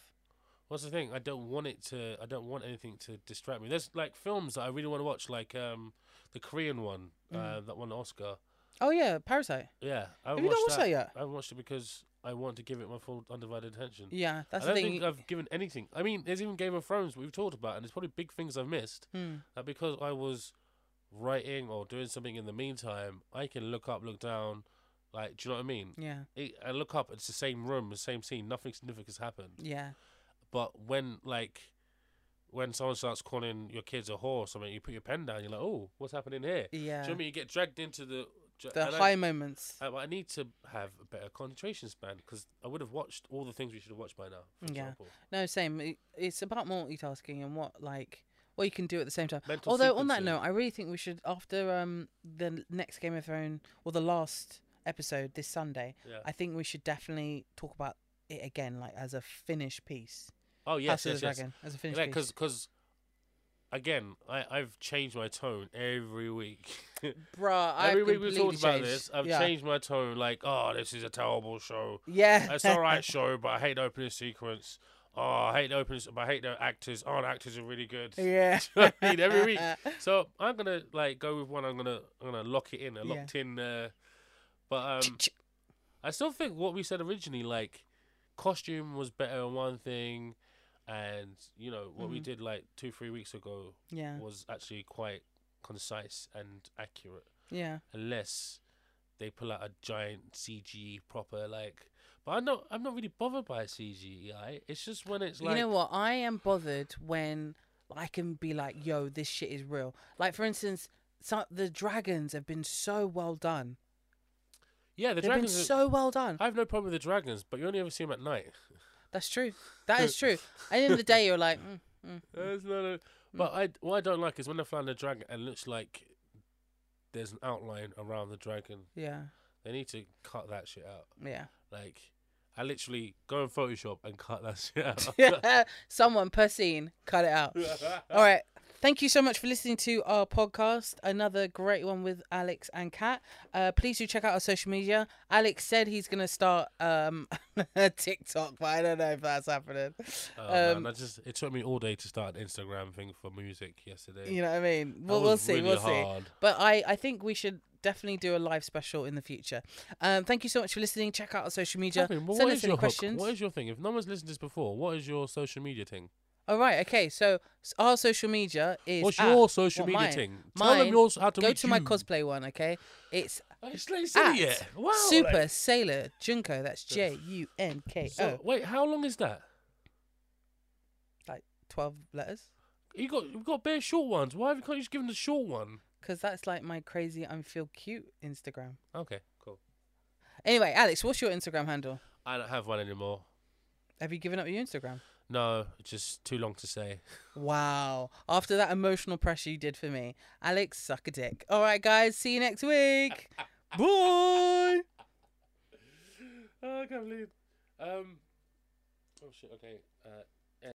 S1: What's the thing? I don't want it to. I don't want anything to distract me. There's like films that I really want to watch, like um, the Korean one uh, that won an Oscar.
S2: Oh yeah, Parasite.
S1: Yeah, I
S2: Mm. Have
S1: haven't
S2: you not
S1: watched
S2: watched that yet?
S1: I haven't watched it because I want to give it my full undivided attention.
S2: Yeah, that's
S1: I
S2: the
S1: don't
S2: thing.
S1: think I've given anything. I mean, there's even Game of Thrones we've talked about, and there's probably big things I've missed.
S2: Hmm.
S1: That because I was writing or doing something in the meantime, I can look up, look down. Like, do you know what I mean?
S2: Yeah,
S1: It, I look up, it's the same room, the same scene, nothing significant's happened.
S2: yeah,
S1: But when like when someone starts calling your kids a whore or something, you put your pen down. You're like, oh, what's happening here? Do
S2: Yeah.
S1: you know what I mean? You get dragged into the dra-
S2: The
S1: and I-
S2: high moments.
S1: I, I need to have a better concentration span because I would have watched all the things we should have watched by now. For
S2: Yeah.
S1: example,
S2: No, same. It- It's about multitasking and what like what you can do at the same time.
S1: Mental
S2: Although on that
S1: sequencing.
S2: note, I really think we should after um the next Game of Thrones or the last episode this Sunday,
S1: yeah.
S2: I think we should definitely talk about it again, like as a finished piece.
S1: oh yes,
S2: House of
S1: yes,
S2: the
S1: yes.
S2: Dragon as a finished
S1: Yeah,
S2: piece.
S1: because because again, I I've changed my tone every week.
S2: Bruh, I've
S1: every week we've
S2: completely
S1: talked about
S2: changed.
S1: this. I've
S2: yeah.
S1: changed my tone. Like, oh, this is a terrible show.
S2: Yeah,
S1: It's all
S2: (laughs)
S1: right show, but I hate the opening sequence. Oh, I hate the opening, but I hate the actors. Oh, the actors are really good.
S2: yeah. Uh,
S1: you know what (laughs) I mean? Every week. So I'm gonna like go with one. I'm gonna I'm gonna lock it in. I
S2: Yeah.
S1: locked in. Uh, but um, I still think what we said originally, like costume was better on one thing, and you know what we
S2: Mhm.
S1: did like two three weeks ago
S2: yeah,
S1: was actually quite concise and accurate,
S2: yeah.
S1: unless they pull out a giant CG proper like. But I'm not. I'm not really bothered by CGI. It's just when it's like
S2: you know what? I am bothered when I can be like, "Yo, this shit is real." Like for instance, some, the dragons have been so well done.
S1: yeah, the
S2: They've been
S1: dragons. are-
S2: so well done.
S1: I have no problem with the dragons, but you only ever see them at night.
S2: That's true.
S1: (laughs)
S2: That is true. At the end of the day, you're like, mm, mm.
S1: That's not a-
S2: Hmm.
S1: But I, what I don't like is when they find a dragon and it looks like there's an outline around the dragon.
S2: yeah,
S1: They need to cut that shit out.
S2: yeah.
S1: Like, I literally go in Photoshop and cut that (laughs) shit
S2: (laughs)
S1: out.
S2: Someone per scene, cut it out. All right. Thank you so much for listening to our podcast. Another great one with Alex and Kat. Uh, please do check out our social media. Alex said he's going to start um, (laughs) TikTok, but I don't know if
S1: (laughs)
S2: that's happening.
S1: Oh,
S2: Um,
S1: man, I just it took me all day to start an Instagram thing for music yesterday.
S2: You know what I mean?
S1: That
S2: We'll, we'll
S1: was
S2: see.
S1: really
S2: we'll see.
S1: hard.
S2: But I, I think we should definitely do a live special in the future. Um, thank you so much for listening. Check out our social media.
S1: Catherine, well,
S2: Send
S1: what
S2: us
S1: is
S2: any
S1: your hook?
S2: questions.
S1: What is your thing? If no one's listened to this before, what is your social media thing?
S2: All Oh, right. Okay. So s- our social media is.
S1: What's
S2: at-
S1: your social
S2: what,
S1: media
S2: mine?
S1: thing? Tell them
S2: Mine-
S1: yours how to
S2: Go
S1: reach
S2: to my
S1: you.
S2: cosplay one. Okay. It's
S1: I just ain't
S2: at
S1: seen it yet. Wow.
S2: Super oh.
S1: like-
S2: Sailor Junko. That's J U N K
S1: so,
S2: O.
S1: wait, how long is that?
S2: Like twelve letters.
S1: You got you got bare short ones. Why can't you just give them the short one?
S2: Because that's like my crazy. I feel cute Instagram.
S1: Okay, cool.
S2: Anyway, Alex, what's your Instagram handle?
S1: I don't have one anymore.
S2: Have you given up your Instagram?
S1: No, it's just too long to (laughs) say.
S2: Wow. After that emotional pressure you did for me, Alex, suck a dick. All right, guys. See you next week.
S1: (laughs)
S2: Bye.
S1: Oh, I can't believe. Um. Oh shit. Okay. Uh,